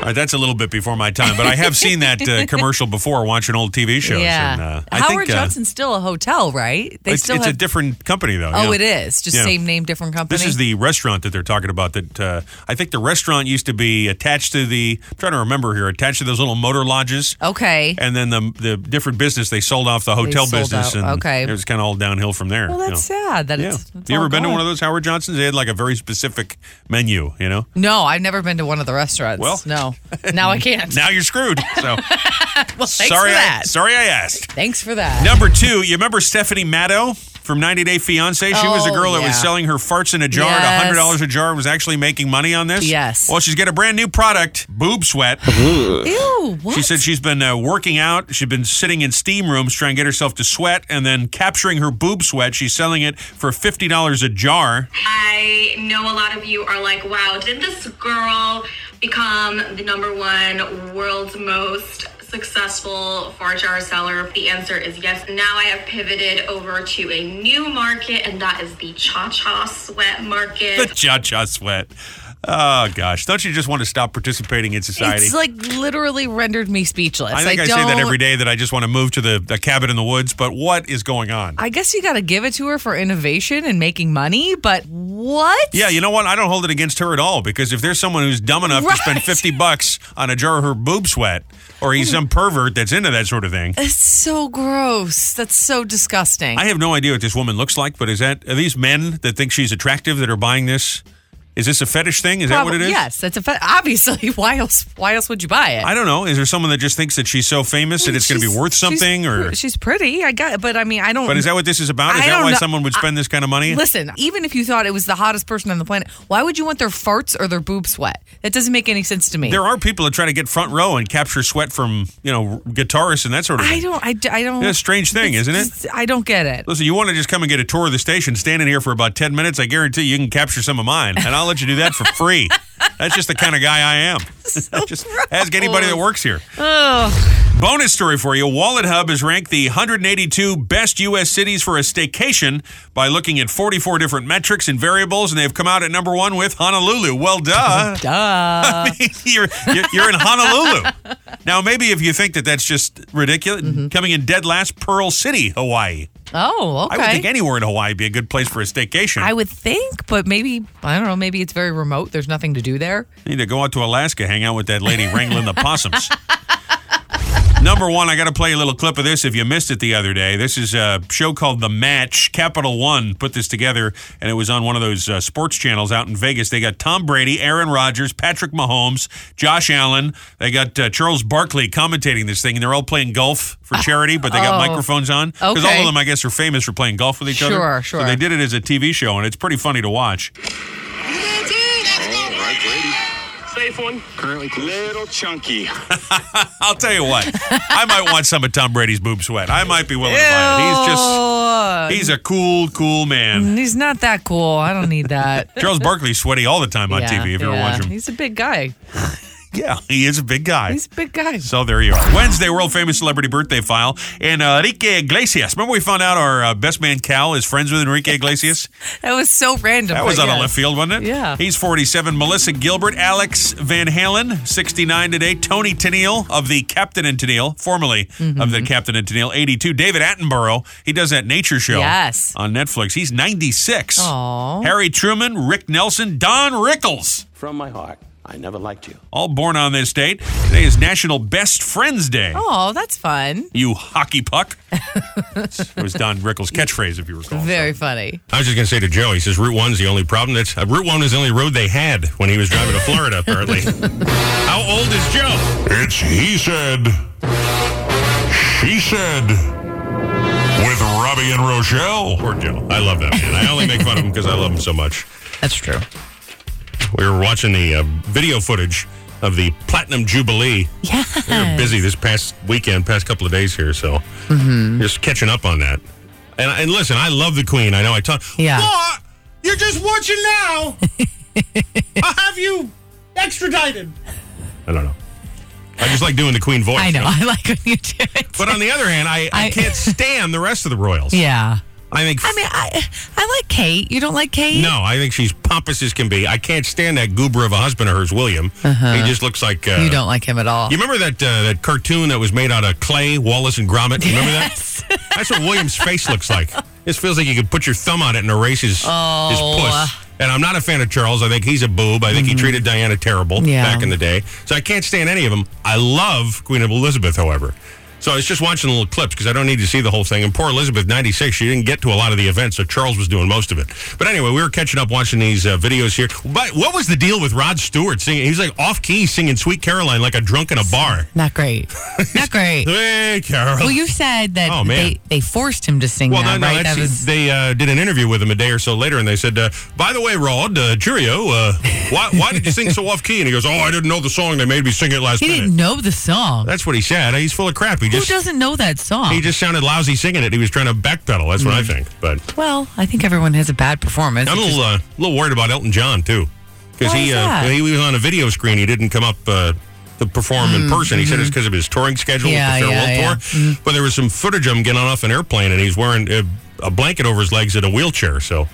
[SPEAKER 1] All right, that's a little bit before my time, but I have seen that uh, commercial before watching old TV shows.
[SPEAKER 2] yeah.
[SPEAKER 1] And, uh, I
[SPEAKER 2] Howard
[SPEAKER 1] think, uh,
[SPEAKER 2] Johnson's still a hotel, right? They
[SPEAKER 1] it's
[SPEAKER 2] still
[SPEAKER 1] it's
[SPEAKER 2] have.
[SPEAKER 1] a different company, though.
[SPEAKER 2] oh,
[SPEAKER 1] yeah.
[SPEAKER 2] it is. Just
[SPEAKER 1] Yeah.
[SPEAKER 2] same name, different company.
[SPEAKER 1] This is the restaurant that they're talking about. That uh, I think the restaurant used to be attached to the. I'm trying to remember here. Attached to those little motor lodges.
[SPEAKER 2] Oh. Okay.
[SPEAKER 1] And then the the different business they sold off the hotel
[SPEAKER 2] sold
[SPEAKER 1] business,
[SPEAKER 2] out.
[SPEAKER 1] and
[SPEAKER 2] Okay.
[SPEAKER 1] it was kind of all downhill from there.
[SPEAKER 2] well,
[SPEAKER 1] you
[SPEAKER 2] that's
[SPEAKER 1] know.
[SPEAKER 2] sad that
[SPEAKER 1] Yeah.
[SPEAKER 2] it's. it's
[SPEAKER 1] you
[SPEAKER 2] all
[SPEAKER 1] ever been to
[SPEAKER 2] gone.
[SPEAKER 1] one of those Howard Johnsons? They had like a very specific menu. You know.
[SPEAKER 2] No, I've never been to one of the restaurants.
[SPEAKER 1] Well- *laughs*
[SPEAKER 2] no. Now I can't.
[SPEAKER 1] Now you're screwed. So
[SPEAKER 2] *laughs* well, thanks
[SPEAKER 1] sorry,
[SPEAKER 2] for
[SPEAKER 1] I,
[SPEAKER 2] that.
[SPEAKER 1] sorry I asked.
[SPEAKER 2] Thanks for that.
[SPEAKER 1] Number two, you remember Stephanie Maddow from 90 Day Fiance? She was the
[SPEAKER 2] Oh,
[SPEAKER 1] girl that was
[SPEAKER 2] yeah.
[SPEAKER 1] selling her farts in a jar
[SPEAKER 2] Yes.
[SPEAKER 1] at $100 a jar and was actually making money on this?
[SPEAKER 2] Yes.
[SPEAKER 1] Well, she's got a brand new product, Boob Sweat.
[SPEAKER 2] Ew. What?
[SPEAKER 1] She said she's been uh, working out. She's been sitting in steam rooms trying to get herself to sweat and then capturing her boob sweat. She's selling it for $50 a jar. *laughs*
[SPEAKER 7] I know a lot of you are like, wow, did this girl become the number one world's most successful fart jar seller? The answer is yes. Now I have pivoted over to a new market, and that is the cha cha sweat market.
[SPEAKER 1] The cha cha sweat. Oh, gosh. Don't you just want to stop participating in society?
[SPEAKER 2] It's like literally rendered me speechless.
[SPEAKER 1] I think I,
[SPEAKER 2] don't,
[SPEAKER 1] say that every day that I just want to move to the, the cabin in the woods, but what is going on?
[SPEAKER 2] I guess you got to give it to her for innovation and making money, but what?
[SPEAKER 1] Yeah, you know what? I don't hold it against her at all because if there's someone who's dumb enough to spend
[SPEAKER 2] Right.
[SPEAKER 1] 50 bucks on a jar of her boob sweat, or he's some pervert that's into that sort of thing.
[SPEAKER 2] It's so gross. That's so disgusting.
[SPEAKER 1] I have no idea what this woman looks like, but is that are these men that think she's attractive that are buying this? Is this a fetish thing? Is that what
[SPEAKER 2] Probably-
[SPEAKER 1] it is?
[SPEAKER 2] Yes, that's a fa- obviously. *laughs* Why else? Why else would you buy it?
[SPEAKER 1] I don't know. Is there someone that just thinks that she's so famous that it's going to be
[SPEAKER 2] She's-
[SPEAKER 1] worth
[SPEAKER 2] she's
[SPEAKER 1] something, or?
[SPEAKER 2] pr- she's pretty. I got, but I mean, I don't.
[SPEAKER 1] But is that what this is about? Is
[SPEAKER 2] I
[SPEAKER 1] that
[SPEAKER 2] don't
[SPEAKER 1] why
[SPEAKER 2] know.
[SPEAKER 1] someone would spend this kind of money?
[SPEAKER 2] Listen, even if you thought it was the hottest person on the planet, why would you want their farts or their boob sweat? That doesn't make any sense to me.
[SPEAKER 1] There are people that try to get front row and capture sweat from you know guitarists and that sort of thing.
[SPEAKER 2] I don't. I, d- I don't.
[SPEAKER 1] It's a strange thing,
[SPEAKER 2] it's
[SPEAKER 1] isn't it?
[SPEAKER 2] just- I don't get it.
[SPEAKER 1] Listen, you want to just come and get a tour of the station, stand in here for about 10 minutes. I guarantee you can capture some of mine, and I'll let you do that for free.
[SPEAKER 8] That's just the kind of guy I am. just ask anybody that works here. Bonus story for you. Wallet Hub is ranked the 182 best U.S. cities for a staycation by looking at 44 different metrics and variables, and they've come out at number one with Honolulu. Well, duh. *laughs*
[SPEAKER 2] Duh.
[SPEAKER 8] I mean, you're, you're you're in Honolulu. Now, maybe if you think that that's just ridiculous, coming in dead last, Pearl City, Hawaii.
[SPEAKER 2] Oh,
[SPEAKER 8] I would
[SPEAKER 2] okay.
[SPEAKER 8] think anywhere in Hawaii would be a good place for a staycation.
[SPEAKER 2] I would think, but maybe I don't know. Maybe it's very remote. There's nothing to do there.
[SPEAKER 8] Need to go out to Alaska, hang out with that lady wrangling the possums. *laughs* Number one, I got to play a little clip of this if you missed it the other day. This is a show called The Match. Capital One put this together, and it was on one of those uh, sports channels out in Vegas. They got Tom Brady, Aaron Rodgers, Patrick Mahomes, Josh Allen. They got uh, Charles Barkley commentating this thing, and they're all playing golf
[SPEAKER 2] *laughs*
[SPEAKER 8] for charity, but they got microphones on. Because all
[SPEAKER 2] Oh. Okay.
[SPEAKER 8] of them, I guess, are famous for playing golf with each other. So
[SPEAKER 2] Sure, sure.
[SPEAKER 8] they did it as a TV show, and it's pretty funny to watch.
[SPEAKER 6] Safe one. Currently Little chunky.
[SPEAKER 8] I'll tell you what. I might want some of Tom Brady's boob sweat. I might be willing to buy it. He's just
[SPEAKER 2] Oh,
[SPEAKER 8] he's a cool, cool man.
[SPEAKER 2] he's not that cool. I don't need
[SPEAKER 8] *laughs*
[SPEAKER 2] that.
[SPEAKER 8] Charles Barkley's sweaty all the time on
[SPEAKER 2] Yeah,
[SPEAKER 8] TV if you
[SPEAKER 2] yeah.
[SPEAKER 8] ever watch him.
[SPEAKER 2] He's a big guy.
[SPEAKER 8] Yeah, he is a big guy.
[SPEAKER 2] He's a big guy.
[SPEAKER 8] so there you are. Wednesday, world famous celebrity birthday file. And uh, Enrique Iglesias. Remember we found out our uh, best man Cal is friends with Enrique Iglesias?
[SPEAKER 2] That was so random.
[SPEAKER 8] That was
[SPEAKER 2] but
[SPEAKER 8] out of
[SPEAKER 2] yes.
[SPEAKER 8] left field, wasn't it?
[SPEAKER 2] Yeah.
[SPEAKER 8] He's 47. Melissa Gilbert, Alex Van Halen, 69 today. Tony Tennille of the Captain and Tennille, formerly of
[SPEAKER 2] Mm-hmm.
[SPEAKER 8] the Captain and Tennille, 82. David Attenborough, he does that nature show
[SPEAKER 2] Yes.
[SPEAKER 8] on Netflix. He's 96.
[SPEAKER 2] Aw.
[SPEAKER 8] Harry Truman, Rick Nelson, Don Rickles.
[SPEAKER 9] From my heart, I never liked you.
[SPEAKER 8] All born on this date. Today is National Best Friends Day.
[SPEAKER 2] Oh, that's fun.
[SPEAKER 8] You hockey puck. *laughs* it was Don Rickles' catchphrase, if you recall.
[SPEAKER 2] Very funny.
[SPEAKER 1] I was just going to say to Joe, he says Route One's the only problem. That's uh, Route One was the only road they had when he was driving to Florida. *laughs* Apparently, how old is Joe? It's he said, she said, with Robbie and Rochelle. Poor Joe. I love that man. I only make fun of him because I love him so much.
[SPEAKER 2] That's true.
[SPEAKER 1] We were watching the uh, video footage of the Platinum Jubilee.
[SPEAKER 2] Yeah.
[SPEAKER 1] We were busy this past weekend, past couple of days here, so
[SPEAKER 2] Mm-hmm.
[SPEAKER 1] just catching up on that. And, and listen, I love the Queen. I know I talk.
[SPEAKER 2] Yeah.
[SPEAKER 1] What? You're just watching
[SPEAKER 2] *laughs*
[SPEAKER 1] now. I'll have you extradited. I don't know. I just like doing the Queen voice.
[SPEAKER 2] *laughs* I know.
[SPEAKER 1] you
[SPEAKER 2] I like when you do it.
[SPEAKER 1] But on the other hand, I, I,
[SPEAKER 2] I- *laughs*
[SPEAKER 1] can't stand the rest of the royals.
[SPEAKER 2] yeah.
[SPEAKER 1] I think.
[SPEAKER 2] I mean, I I like Kate. You don't like Kate?
[SPEAKER 1] no, I think she's pompous as can be. I can't stand that goober of a husband of hers, William. He just looks like uh,
[SPEAKER 2] Uh-huh. You don't like him at all.
[SPEAKER 1] You remember that uh, that cartoon that was made out of clay, Wallace and Gromit? You Remember that? That's what William's face looks like. This feels like you could put your thumb on it and erase his, his puss. And I'm not a fan of Charles. I think he's a boob. I think he treated Diana terrible
[SPEAKER 2] Yeah.
[SPEAKER 1] back in the day. So I can't stand any of them. I love Queen Elizabeth, however. So I was just watching little clips because I don't need to see the whole thing. And poor Elizabeth, 96, she didn't get to a lot of the events, so Charles was doing most of it. But anyway, we were catching up watching these uh, videos here. But what was the deal with Rod Stewart singing? He was like off key singing Sweet Caroline like a drunk in a bar.
[SPEAKER 2] Not great. Not
[SPEAKER 8] *laughs*
[SPEAKER 2] great.
[SPEAKER 1] Hey, Carol.
[SPEAKER 2] Well, you said that
[SPEAKER 1] Oh, man.
[SPEAKER 2] they, they forced him to sing
[SPEAKER 1] Well,
[SPEAKER 2] that,
[SPEAKER 1] no, no,
[SPEAKER 2] right?
[SPEAKER 1] that's-
[SPEAKER 2] That was
[SPEAKER 1] they uh, did an interview with him a day or so later, and they said, uh, "By the way, Rod, uh, cheerio. Uh, why, why did you sing so off key?" And he goes, "Oh, I didn't know the song. They made me sing it last
[SPEAKER 2] he
[SPEAKER 1] minute."
[SPEAKER 2] didn't know the song.
[SPEAKER 1] That's what he said. He's full of crap. He
[SPEAKER 2] Who
[SPEAKER 1] just
[SPEAKER 2] doesn't know that song?
[SPEAKER 1] he just sounded lousy singing it. He was trying to backpedal. That's
[SPEAKER 2] Hmm.
[SPEAKER 1] what I think. But
[SPEAKER 2] well, I think everyone has a bad performance.
[SPEAKER 1] I'm a
[SPEAKER 2] It's
[SPEAKER 1] little, uh, little worried about Elton John too, because
[SPEAKER 2] Why
[SPEAKER 1] he
[SPEAKER 2] is
[SPEAKER 1] uh,
[SPEAKER 2] that?
[SPEAKER 1] he was on a video screen. He didn't come up uh, to perform in person. He said it's because of his touring schedule
[SPEAKER 2] Hmm, mm-hmm. Yeah,
[SPEAKER 1] with the farewell
[SPEAKER 2] yeah, Mm-hmm.
[SPEAKER 1] tour.
[SPEAKER 2] yeah.
[SPEAKER 1] But there was some footage of him getting off an airplane, and he's wearing a, a blanket over his legs in a wheelchair. So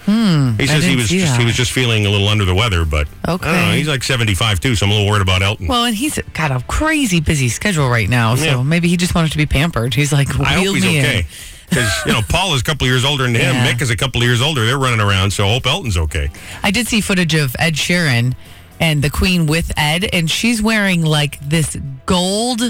[SPEAKER 1] he says he
[SPEAKER 2] Hmm, didn't
[SPEAKER 1] was
[SPEAKER 2] see
[SPEAKER 1] just he
[SPEAKER 2] that.
[SPEAKER 1] was just feeling a little under the weather. But I don't know.
[SPEAKER 2] Okay.
[SPEAKER 1] He's like 75 too, so I'm a little worried about Elton.
[SPEAKER 2] Well, and he's got a crazy busy schedule right now, so
[SPEAKER 1] Yeah.
[SPEAKER 2] maybe he just wanted to be pampered. He's like,
[SPEAKER 1] I
[SPEAKER 2] wheel
[SPEAKER 1] hope he's
[SPEAKER 2] me
[SPEAKER 1] okay.
[SPEAKER 2] in.
[SPEAKER 1] Because you know Paul is a couple of years older than him.
[SPEAKER 2] *laughs* Yeah.
[SPEAKER 1] Mick is a couple of years older. They're running around, so I hope Elton's okay.
[SPEAKER 2] I did see footage of Ed Sheeran and the Queen with Ed, and she's wearing like this gold,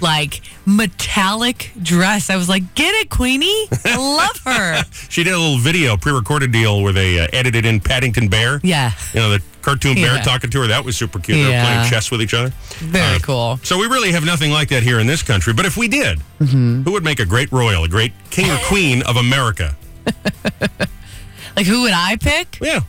[SPEAKER 2] like metallic dress. I was like, get it, Queenie. I love
[SPEAKER 1] *laughs*
[SPEAKER 2] her.
[SPEAKER 1] She did a little video, pre-recorded deal where they uh, edited in Paddington Bear.
[SPEAKER 2] Yeah.
[SPEAKER 1] You know, the cartoon bear
[SPEAKER 2] Yeah.
[SPEAKER 1] talking to her. That was super cute. They were
[SPEAKER 2] Yeah.
[SPEAKER 1] playing chess with each other. Uh,
[SPEAKER 2] Very cool.
[SPEAKER 1] So we really have nothing like that here in this country. But if we did,
[SPEAKER 2] Mm-hmm.
[SPEAKER 1] who would make a great royal, a great king or queen of America?
[SPEAKER 2] Like, who would I pick?
[SPEAKER 1] Yeah. Who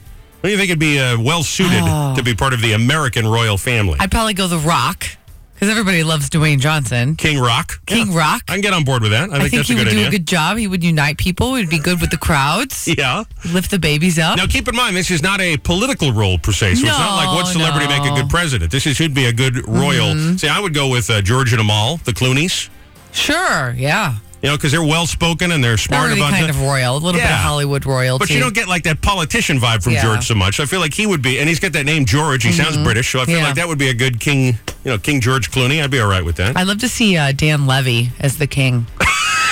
[SPEAKER 1] do
[SPEAKER 2] Oh.
[SPEAKER 1] you think would be uh, well suited to be part of the American royal family?
[SPEAKER 2] I'd probably go The Rock. because everybody loves Dwayne Johnson.
[SPEAKER 1] King Rock.
[SPEAKER 2] King Rock.
[SPEAKER 1] I can get on board with that. I,
[SPEAKER 2] I
[SPEAKER 1] think,
[SPEAKER 2] think
[SPEAKER 1] that's
[SPEAKER 2] he
[SPEAKER 1] a
[SPEAKER 2] would
[SPEAKER 1] good
[SPEAKER 2] do
[SPEAKER 1] idea.
[SPEAKER 2] a good job. He would unite people. He'd be good with the crowds.
[SPEAKER 1] *laughs* yeah.
[SPEAKER 2] Lift the babies up.
[SPEAKER 1] Now, keep in mind, this is not a political role per se. So it's not like what
[SPEAKER 2] No,
[SPEAKER 1] celebrity
[SPEAKER 2] no. Mm-hmm.
[SPEAKER 1] make a good president. This is who'd be a good royal. See, I would go with uh, George and Amal, the Clooney's.
[SPEAKER 2] Sure, yeah.
[SPEAKER 1] You know, because they're well spoken and they're
[SPEAKER 2] They're
[SPEAKER 1] smart
[SPEAKER 2] already
[SPEAKER 1] about
[SPEAKER 2] kind
[SPEAKER 1] it.
[SPEAKER 2] of royal, a little bit of
[SPEAKER 1] Yeah.
[SPEAKER 2] Hollywood royalty.
[SPEAKER 1] But you don't get like that politician vibe from
[SPEAKER 2] Yeah. Mm-hmm.
[SPEAKER 1] George so much. I feel like he would be, and he's got that name George. He sounds British, so I feel
[SPEAKER 2] Yeah.
[SPEAKER 1] like that would be a good King, you know, King George Clooney. I'd be all right with that.
[SPEAKER 2] I'd love to see uh, Dan Levy as the king.
[SPEAKER 1] *laughs*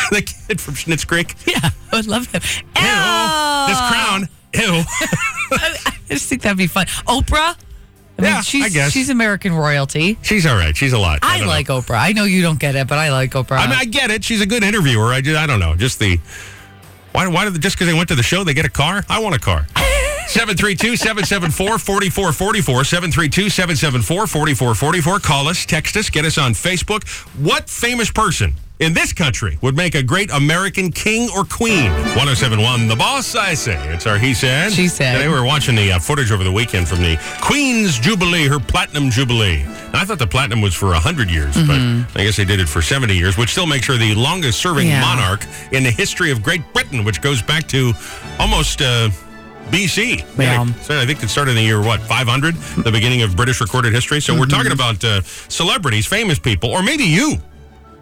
[SPEAKER 1] the kid from Schnitz Creek.
[SPEAKER 2] yeah, *laughs* I would love him.
[SPEAKER 1] Ew, this crown. Ew. *laughs*
[SPEAKER 2] I just think that'd be fun. Oprah. I
[SPEAKER 1] Yeah, I
[SPEAKER 2] she's,
[SPEAKER 1] guess.
[SPEAKER 2] she's American royalty.
[SPEAKER 1] She's all right. She's a lot.
[SPEAKER 2] I,
[SPEAKER 1] don't know.
[SPEAKER 2] like Oprah. I know you don't get it, but I like Oprah.
[SPEAKER 1] I mean, I get it. She's a good interviewer. I just, I don't know. Just the why? Why did just because they went to the show they get a car? I want a
[SPEAKER 2] *laughs*
[SPEAKER 1] car. 732-774-4444 732-774-4444 call us text us get us on facebook what famous person in this country would make a great american king or queen 1071 the boss i say it's our he said
[SPEAKER 2] She said.
[SPEAKER 1] Today we were watching the uh, footage over the weekend from the queen's jubilee her platinum jubilee And i thought the platinum was for 100 years but i guess they did it for 70 years which still makes her the longest serving
[SPEAKER 2] Mm-hmm. Yeah.
[SPEAKER 1] monarch monarch in the history of Great Britain, which goes back to almost uh, BC.
[SPEAKER 2] Yeah.
[SPEAKER 1] And it said- I think it started in the year, what, 500? The beginning of British recorded history. So we're talking
[SPEAKER 2] Mm-hmm.
[SPEAKER 1] about uh, celebrities, famous people, or maybe you.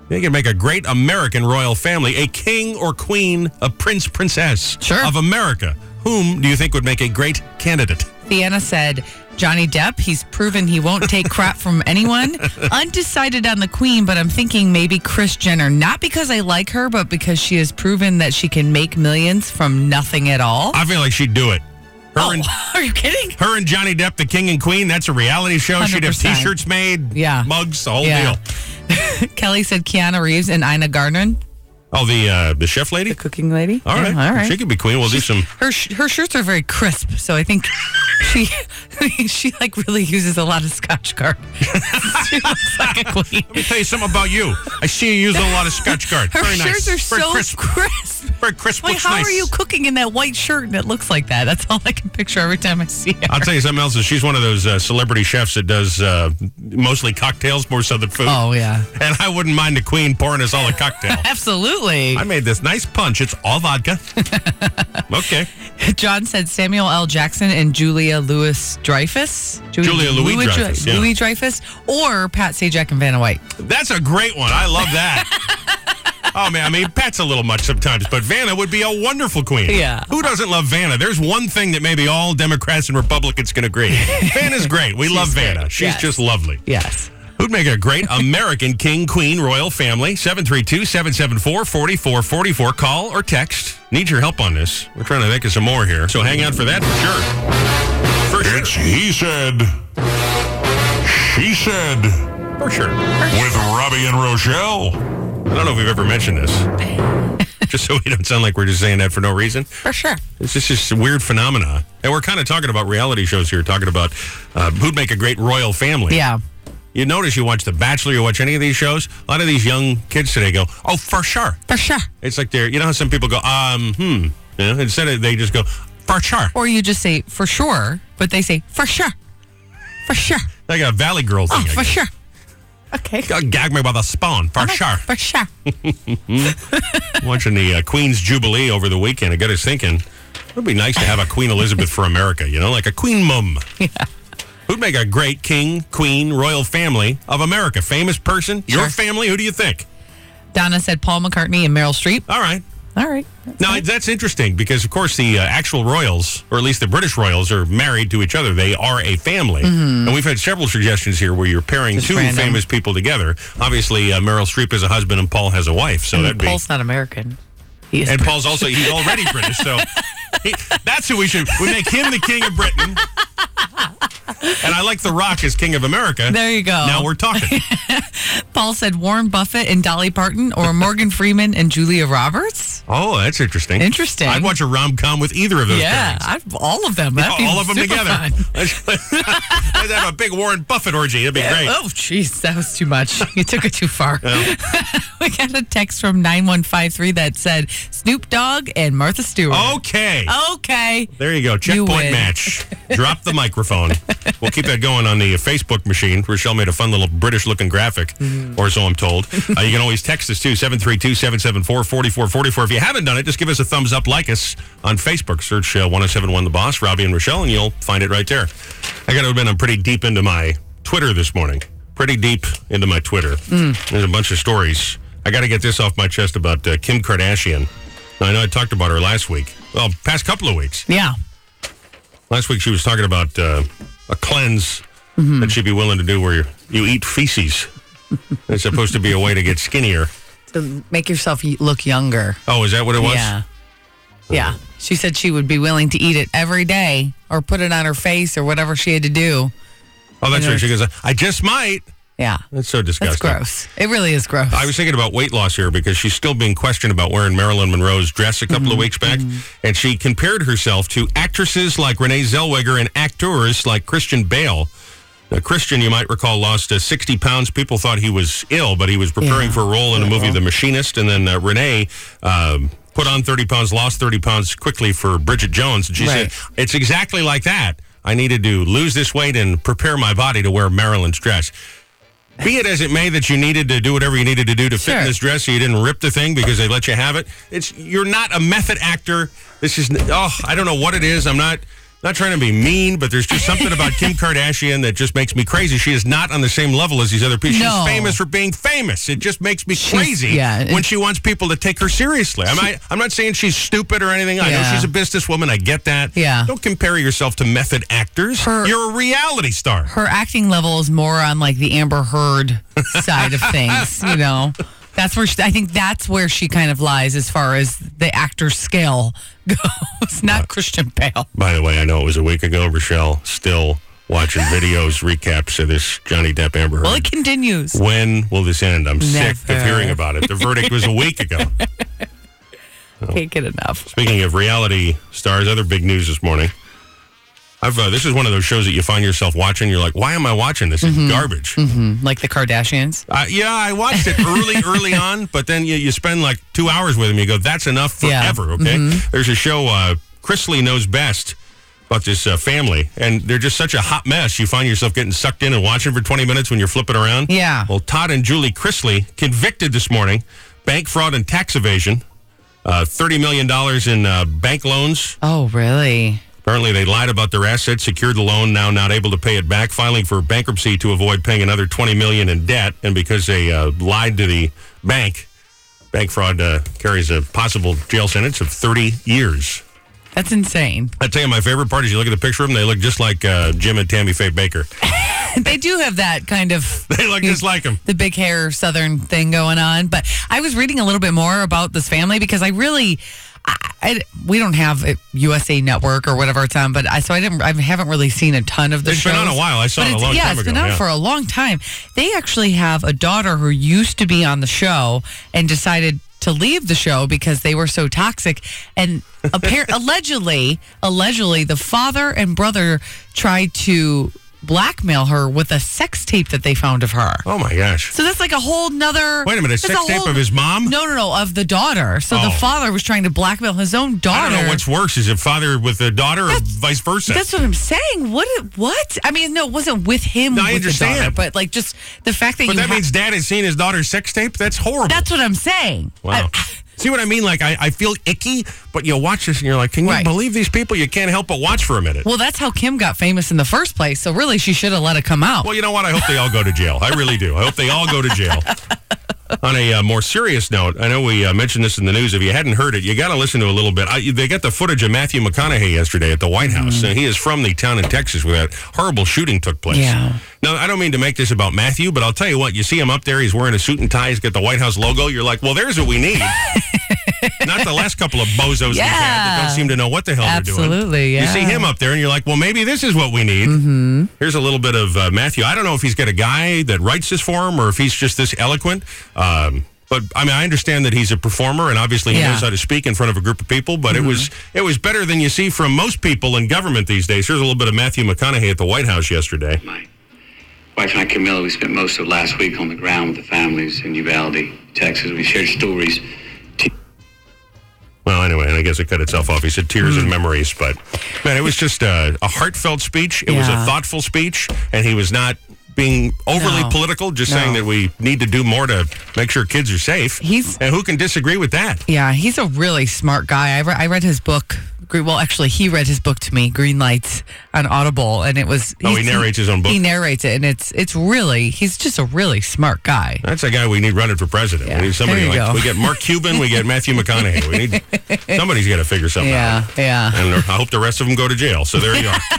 [SPEAKER 1] They can make a great American royal family, a king or queen, a prince, princess
[SPEAKER 2] Sure.
[SPEAKER 1] of America. Whom do you think would make a great candidate?
[SPEAKER 2] Theanna said, Johnny Depp, he's proven he won't take crap from anyone.
[SPEAKER 1] *laughs*
[SPEAKER 2] Undecided on the queen, but I'm thinking maybe Chris Jenner. Not because I like her, but because she has proven that she can make millions from nothing at all.
[SPEAKER 1] I feel like she'd do it. Her
[SPEAKER 2] Oh, *laughs*
[SPEAKER 1] and
[SPEAKER 2] are you kidding?
[SPEAKER 1] her and Johnny Depp, the king and queen, that's a reality show. she would have
[SPEAKER 2] 100%.
[SPEAKER 1] t-shirts made,
[SPEAKER 2] Yeah.
[SPEAKER 1] mugs, the whole
[SPEAKER 2] Yeah.
[SPEAKER 1] deal.
[SPEAKER 2] Kelly said Keanu Reeves and Ina Gardner,
[SPEAKER 1] Oh, the uh, the chef lady.
[SPEAKER 2] the cooking lady.
[SPEAKER 1] All right,
[SPEAKER 2] Yeah, all right.
[SPEAKER 1] She could be queen. We'll do some.
[SPEAKER 2] her sh- her shirts are very crisp, so I think *laughs* she she like really uses a lot of Scotch guard. *laughs* she looks like a queen.
[SPEAKER 1] Let me tell you something about you. I see you using a lot of Scotch guard.
[SPEAKER 2] Her
[SPEAKER 1] Very nice.
[SPEAKER 2] shirts are
[SPEAKER 1] Very
[SPEAKER 2] so
[SPEAKER 1] crisp.
[SPEAKER 2] crisp.
[SPEAKER 1] Very crisp.
[SPEAKER 2] Like,
[SPEAKER 1] Looks
[SPEAKER 2] how
[SPEAKER 1] nice.
[SPEAKER 2] are you cooking in that white shirt and it looks like that? That's all I can picture every time I
[SPEAKER 1] *laughs*
[SPEAKER 2] see her.
[SPEAKER 1] I'll tell you something else. Is she's one of those uh, celebrity chefs that does uh, mostly cocktails more so than food.
[SPEAKER 2] Oh, yeah.
[SPEAKER 1] And I wouldn't mind the queen pouring us all a cocktail.
[SPEAKER 2] Absolutely.
[SPEAKER 1] I made this nice punch. It's all vodka. okay.
[SPEAKER 2] John said Samuel L. Jackson and Julia Louis Dreyfus.
[SPEAKER 1] Julia Louis Dreyfus, yeah.
[SPEAKER 2] Louis Dreyfus or Pat Sajak and Vanna White.
[SPEAKER 1] That's a great one. I love that. oh man, I mean Pat's a little much sometimes, but Vanna would be a wonderful queen.
[SPEAKER 2] Yeah.
[SPEAKER 1] Who doesn't love Vanna? There's one thing that maybe all Democrats and Republicans can agree. Vanna's great. We love Vanna.
[SPEAKER 2] great.
[SPEAKER 1] She's
[SPEAKER 2] Yes.
[SPEAKER 1] just lovely.
[SPEAKER 2] Yes.
[SPEAKER 1] Who'd make a great American king, queen, royal family? 732-774-4444. Call or text. Need your help on this. We're trying to think of some more here. So hang out for that for sure. For sure.
[SPEAKER 10] It's He Said, She Said
[SPEAKER 1] For sure.
[SPEAKER 10] with Robbie and Rochelle.
[SPEAKER 1] I don't know if we've ever mentioned this. just so we don't sound like we're just saying that for no reason.
[SPEAKER 2] For sure.
[SPEAKER 1] It's just this weird phenomena. And we're kind of talking about reality shows here, talking about uh, who'd make a great royal family.
[SPEAKER 2] Yeah.
[SPEAKER 1] You notice you watch The Bachelor, you watch any of these shows, a lot of these young kids today go, oh, for sure.
[SPEAKER 2] For sure.
[SPEAKER 1] It's like they're, you know how some people go, um, hmm. You know, instead of, they just go, for sure.
[SPEAKER 2] Or you just say for sure, but they say for sure. For sure.
[SPEAKER 1] Like a Valley Girl thing.
[SPEAKER 2] Oh,
[SPEAKER 1] I
[SPEAKER 2] for
[SPEAKER 1] guess.
[SPEAKER 2] sure. Uh-huh. Okay.
[SPEAKER 1] God, gag me by the spawn, for
[SPEAKER 2] *laughs*
[SPEAKER 1] sure.
[SPEAKER 2] For sure.
[SPEAKER 1] Watching the uh, Queen's Jubilee over the weekend, it got us thinking. It would be nice to have a Queen Elizabeth for America, you know, like a Queen
[SPEAKER 2] *laughs*
[SPEAKER 1] Mum. Yeah. Who'd make a great king, queen, royal family of America? Famous person? Your
[SPEAKER 2] Sure.
[SPEAKER 1] family? Who do you think?
[SPEAKER 2] Donna said Paul McCartney and Meryl Streep.
[SPEAKER 1] All right.
[SPEAKER 2] All right.
[SPEAKER 1] Now, that's interesting because, of course, the uh, actual royals, or at least the British royals, are married to each other. They are a family. And we've had several suggestions here where you're pairing
[SPEAKER 2] Mm-hmm. Just
[SPEAKER 1] two
[SPEAKER 2] random.
[SPEAKER 1] famous people together. Obviously, uh, Meryl Streep is a husband and Paul has a wife. So that'd be.
[SPEAKER 2] Mm, Paul's not American. He is
[SPEAKER 1] And
[SPEAKER 2] British.
[SPEAKER 1] Paul's also he's
[SPEAKER 2] *laughs*
[SPEAKER 1] already British, so he, that's who we should we make him the king of Britain. And I like The Rock as king of America.
[SPEAKER 2] There you go.
[SPEAKER 1] Now we're
[SPEAKER 2] *laughs*
[SPEAKER 1] talking. *laughs*
[SPEAKER 2] Paul said Warren Buffett and Dolly Parton or Morgan Freeman and Julia Roberts.
[SPEAKER 1] Oh, that's interesting.
[SPEAKER 2] Interesting.
[SPEAKER 1] I'd watch a rom com with either of those.
[SPEAKER 2] yeah,
[SPEAKER 1] pairings.
[SPEAKER 2] I, all of them. That'd be
[SPEAKER 1] all of them
[SPEAKER 2] super
[SPEAKER 1] together.
[SPEAKER 2] fun.
[SPEAKER 1] *laughs* I'd have a big Warren Buffett orgy. That'd be great.
[SPEAKER 2] Oh, jeez, that was
[SPEAKER 1] *laughs*
[SPEAKER 2] too much. You took it too far. *laughs* we got a text from 9153 that said Snoop Dogg and Martha Stewart.
[SPEAKER 1] Okay.
[SPEAKER 2] Okay.
[SPEAKER 1] There you go.
[SPEAKER 2] You
[SPEAKER 1] Checkpoint
[SPEAKER 2] win.
[SPEAKER 1] match. Drop the microphone. We'll keep that going on the uh, Facebook machine. Rochelle made a fun little British looking graphic, or so I'm told. Uh, you can always text us too, 732 774 4444. If you haven't done it, just give us a thumbs up, like us on Facebook. Search uh, 1071 The Boss, Robbie and Rochelle, and you'll find it right there. I got to admit, I'm pretty deep into my Twitter this morning. Pretty deep into my Twitter. There's a bunch of stories. I got to get this off my chest about uh, Kim Kardashian. Now, I know I talked about her last week. Well, past couple of weeks.
[SPEAKER 2] Yeah.
[SPEAKER 1] Last week she was talking about uh, a cleanse that she'd be willing to do where you, you eat feces. it's supposed to be a way to get skinnier.
[SPEAKER 2] To make yourself y- look younger.
[SPEAKER 1] Oh, is that what it was?
[SPEAKER 2] Yeah. Yeah. She said she would be willing to eat it every day or put it on her face or whatever she had to do.
[SPEAKER 1] Oh, that's
[SPEAKER 2] In
[SPEAKER 1] right.
[SPEAKER 2] order-
[SPEAKER 1] She goes, I just might.
[SPEAKER 2] Yeah.
[SPEAKER 1] That's so disgusting.
[SPEAKER 2] That's gross. It really is gross.
[SPEAKER 1] I was thinking about weight loss here because she's still being questioned about wearing Marilyn Monroe's dress a
[SPEAKER 2] Mm-hmm.
[SPEAKER 1] couple of weeks back. And she compared herself to actresses like Renee Zellweger and actors like Christian Bale. Now, Christian, you might recall, lost uh, 60 pounds. People thought he was ill, but he was preparing
[SPEAKER 2] Yeah.
[SPEAKER 1] for a role in a movie, The Machinist. And then uh, Renee um, put on 30 pounds, lost 30 pounds quickly for Bridget Jones. And she
[SPEAKER 2] Right.
[SPEAKER 1] said, It's exactly like that. I needed to lose this weight and prepare my body to wear Marilyn's dress. Be it as it may that you needed to do whatever you needed to do to fit in
[SPEAKER 2] Sure.
[SPEAKER 1] this dress, so you didn't rip the thing because they let you have it. It's you're not a method actor. This is oh, I don't know what it is. I'm not not trying to be mean, but there's just something about
[SPEAKER 2] *laughs*
[SPEAKER 1] Kim Kardashian that just makes me crazy. She is not on the same level as these other people.
[SPEAKER 2] No.
[SPEAKER 1] She's famous for being famous. It just makes me crazy
[SPEAKER 2] yeah, it-
[SPEAKER 1] when she wants people to take her seriously. I'm not, I'm not saying she's stupid or anything. I know
[SPEAKER 2] Yeah.
[SPEAKER 1] she's a businesswoman. I get that.
[SPEAKER 2] Yeah.
[SPEAKER 1] Don't compare yourself to method actors.
[SPEAKER 2] Her-
[SPEAKER 1] you're a reality star.
[SPEAKER 2] her acting level is more on like the Amber Heard side of things, you know. That's where she, I think that's where she kind of lies as far as the actor scale *laughs* goes, not Christian Bale.
[SPEAKER 1] By the way, I know it was a week ago. Rochelle still watching videos, recaps of this Johnny Depp Amber Heard.
[SPEAKER 2] Well, it continues.
[SPEAKER 1] when will this end? I'm sick of
[SPEAKER 2] Never.
[SPEAKER 1] hearing about it. The verdict was a week ago.
[SPEAKER 2] Can't get enough.
[SPEAKER 1] Speaking of reality stars, other big news this morning. I've uh, this is one of those shows that you find yourself watching. You're like, why am I watching this? It's
[SPEAKER 2] Mm-hmm.
[SPEAKER 1] garbage.
[SPEAKER 2] Like the Kardashians.
[SPEAKER 1] Uh, yeah, I watched it
[SPEAKER 2] *laughs*
[SPEAKER 1] early, early on, but then you, you spend like two hours with him. You go, that's enough
[SPEAKER 2] Yeah. Mm-hmm.
[SPEAKER 1] forever, okay? There's a show, uh, Chrisley Knows Best, about this uh, family, and they're just such a hot mess. You find yourself getting sucked in and watching for 20 minutes when you're flipping around.
[SPEAKER 2] Yeah.
[SPEAKER 1] Well, Todd and Julie Chrisley, convicted this morning, bank fraud and tax evasion, uh, $30 million in uh, bank loans.
[SPEAKER 2] Oh, really?
[SPEAKER 1] Apparently, they lied about their assets, secured the loan, now not able to pay it back, filing for bankruptcy to avoid paying another twenty million in debt. And because they uh, lied to the bank, bank fraud uh, carries a possible jail sentence of thirty years.
[SPEAKER 2] That's insane.
[SPEAKER 1] I tell you, my favorite part is you look at the picture of them; they look just like uh, Jim and Tammy Faye Baker. *laughs*
[SPEAKER 2] They do have that kind of
[SPEAKER 1] They look just like them.
[SPEAKER 2] the big hair southern thing going on but i was reading a little bit more about this family because i really I, I- we don't have a usa network or whatever it's on but i so i didn't i haven't really seen a ton of the
[SPEAKER 1] It's
[SPEAKER 2] show
[SPEAKER 1] been on a while. I saw it a long
[SPEAKER 2] yeah
[SPEAKER 1] time
[SPEAKER 2] it's
[SPEAKER 1] ago,
[SPEAKER 2] been on
[SPEAKER 1] yeah.
[SPEAKER 2] for a long time they actually have a daughter who used to be on the show and decided to leave the show because they were so toxic and
[SPEAKER 1] *laughs*
[SPEAKER 2] appar- allegedly allegedly the father and brother tried to blackmail her with a sex tape that they found of her
[SPEAKER 1] Oh my gosh!
[SPEAKER 2] so that's like a whole nother.
[SPEAKER 1] Wait a minute, a
[SPEAKER 2] that's
[SPEAKER 1] sex tape
[SPEAKER 2] whole-
[SPEAKER 1] of his mom?
[SPEAKER 2] No, no, no, of the daughter. So
[SPEAKER 1] Oh.
[SPEAKER 2] the father was trying to blackmail his own daughter.
[SPEAKER 1] I don't know what's worse: is it father with a daughter, or vice versa?
[SPEAKER 2] That's what I'm saying. What? What? I mean, no, it wasn't with him.
[SPEAKER 1] No, I
[SPEAKER 2] with The daughter,
[SPEAKER 1] understand.
[SPEAKER 2] but like, just the fact that
[SPEAKER 1] but
[SPEAKER 2] you.
[SPEAKER 1] that
[SPEAKER 2] ha-
[SPEAKER 1] means dad has seen his daughter's sex tape. That's horrible.
[SPEAKER 2] that's what I'm saying.
[SPEAKER 1] Wow.
[SPEAKER 2] I-
[SPEAKER 1] See what I mean? Like, I, I feel icky, but you watch this and you're like, can you
[SPEAKER 2] Right.
[SPEAKER 1] believe these people? You can't help but watch for a minute. Well,
[SPEAKER 2] well, that's how Kim got famous in the first place. So really, she should have let it come out.
[SPEAKER 1] you know what? I hope they all go to jail. I really do. I hope they all go to jail. On a uh, more serious note, I know we uh, mentioned this in the news. If you hadn't heard it, you got to listen to a little bit. I, they got the footage of Matthew McConaughey yesterday at the White House.
[SPEAKER 2] Hmm.
[SPEAKER 1] And he is from the town in Texas where that horrible shooting took place.
[SPEAKER 2] Yeah.
[SPEAKER 1] Now, I don't mean to make this about Matthew, but I'll tell you what. You see him up there. He's wearing a suit and tie. He's got the White House logo. You're like, well, there's what we
[SPEAKER 2] *laughs*
[SPEAKER 1] need. Not the last couple of bozos we've had that
[SPEAKER 2] Yeah.
[SPEAKER 1] don't seem to know what the hell they're doing.
[SPEAKER 2] Absolutely,
[SPEAKER 1] You see
[SPEAKER 2] yeah.
[SPEAKER 1] him up there, and you're like, well, maybe this is what we need. Mm-hmm. Here's a little bit of uh, Matthew. I don't know if he's got a guy that writes this for him or if he's just this eloquent. Um, But I mean, I understand that he's a performer, and obviously he
[SPEAKER 11] Yeah.
[SPEAKER 1] knows how to speak in front of a group of people. But
[SPEAKER 2] Mm-hmm.
[SPEAKER 1] it was it was better than you see from most people in government these days. Here's a little bit of Matthew McConaughey at the White House yesterday.
[SPEAKER 4] wife and I, Camilla, we spent most of last week on the ground with the families in Uvalde, Texas. We shared stories.
[SPEAKER 1] Well, anyway, and I guess it cut itself off. He said tears
[SPEAKER 2] Mm.
[SPEAKER 1] and memories, but man, it was just a, a heartfelt speech. It was a
[SPEAKER 2] Yeah.
[SPEAKER 1] thoughtful speech, and he was not being overly
[SPEAKER 2] No.
[SPEAKER 1] political, just
[SPEAKER 2] No.
[SPEAKER 1] saying that we need to do more to make sure kids are safe. He's and who can disagree with that?
[SPEAKER 2] Yeah, he's a really smart guy. I, re- I read his book. Gre- Well, actually, he read his book to me, Green Lights, on Audible, and it was.
[SPEAKER 1] Oh, he
[SPEAKER 2] he's-
[SPEAKER 1] narrates his own book.
[SPEAKER 2] He narrates it, and it's it's really he's just a really smart guy.
[SPEAKER 1] That's a guy we need running for president.
[SPEAKER 2] Yeah,
[SPEAKER 1] We need somebody
[SPEAKER 2] there
[SPEAKER 1] like
[SPEAKER 2] you go.
[SPEAKER 1] we get Mark Cuban, we get Matthew
[SPEAKER 2] *laughs*
[SPEAKER 1] McConaughey. We need somebody's got to figure something
[SPEAKER 2] Yeah,
[SPEAKER 1] out.
[SPEAKER 2] yeah. *laughs*
[SPEAKER 1] And I hope the rest of them go to jail. So there you are.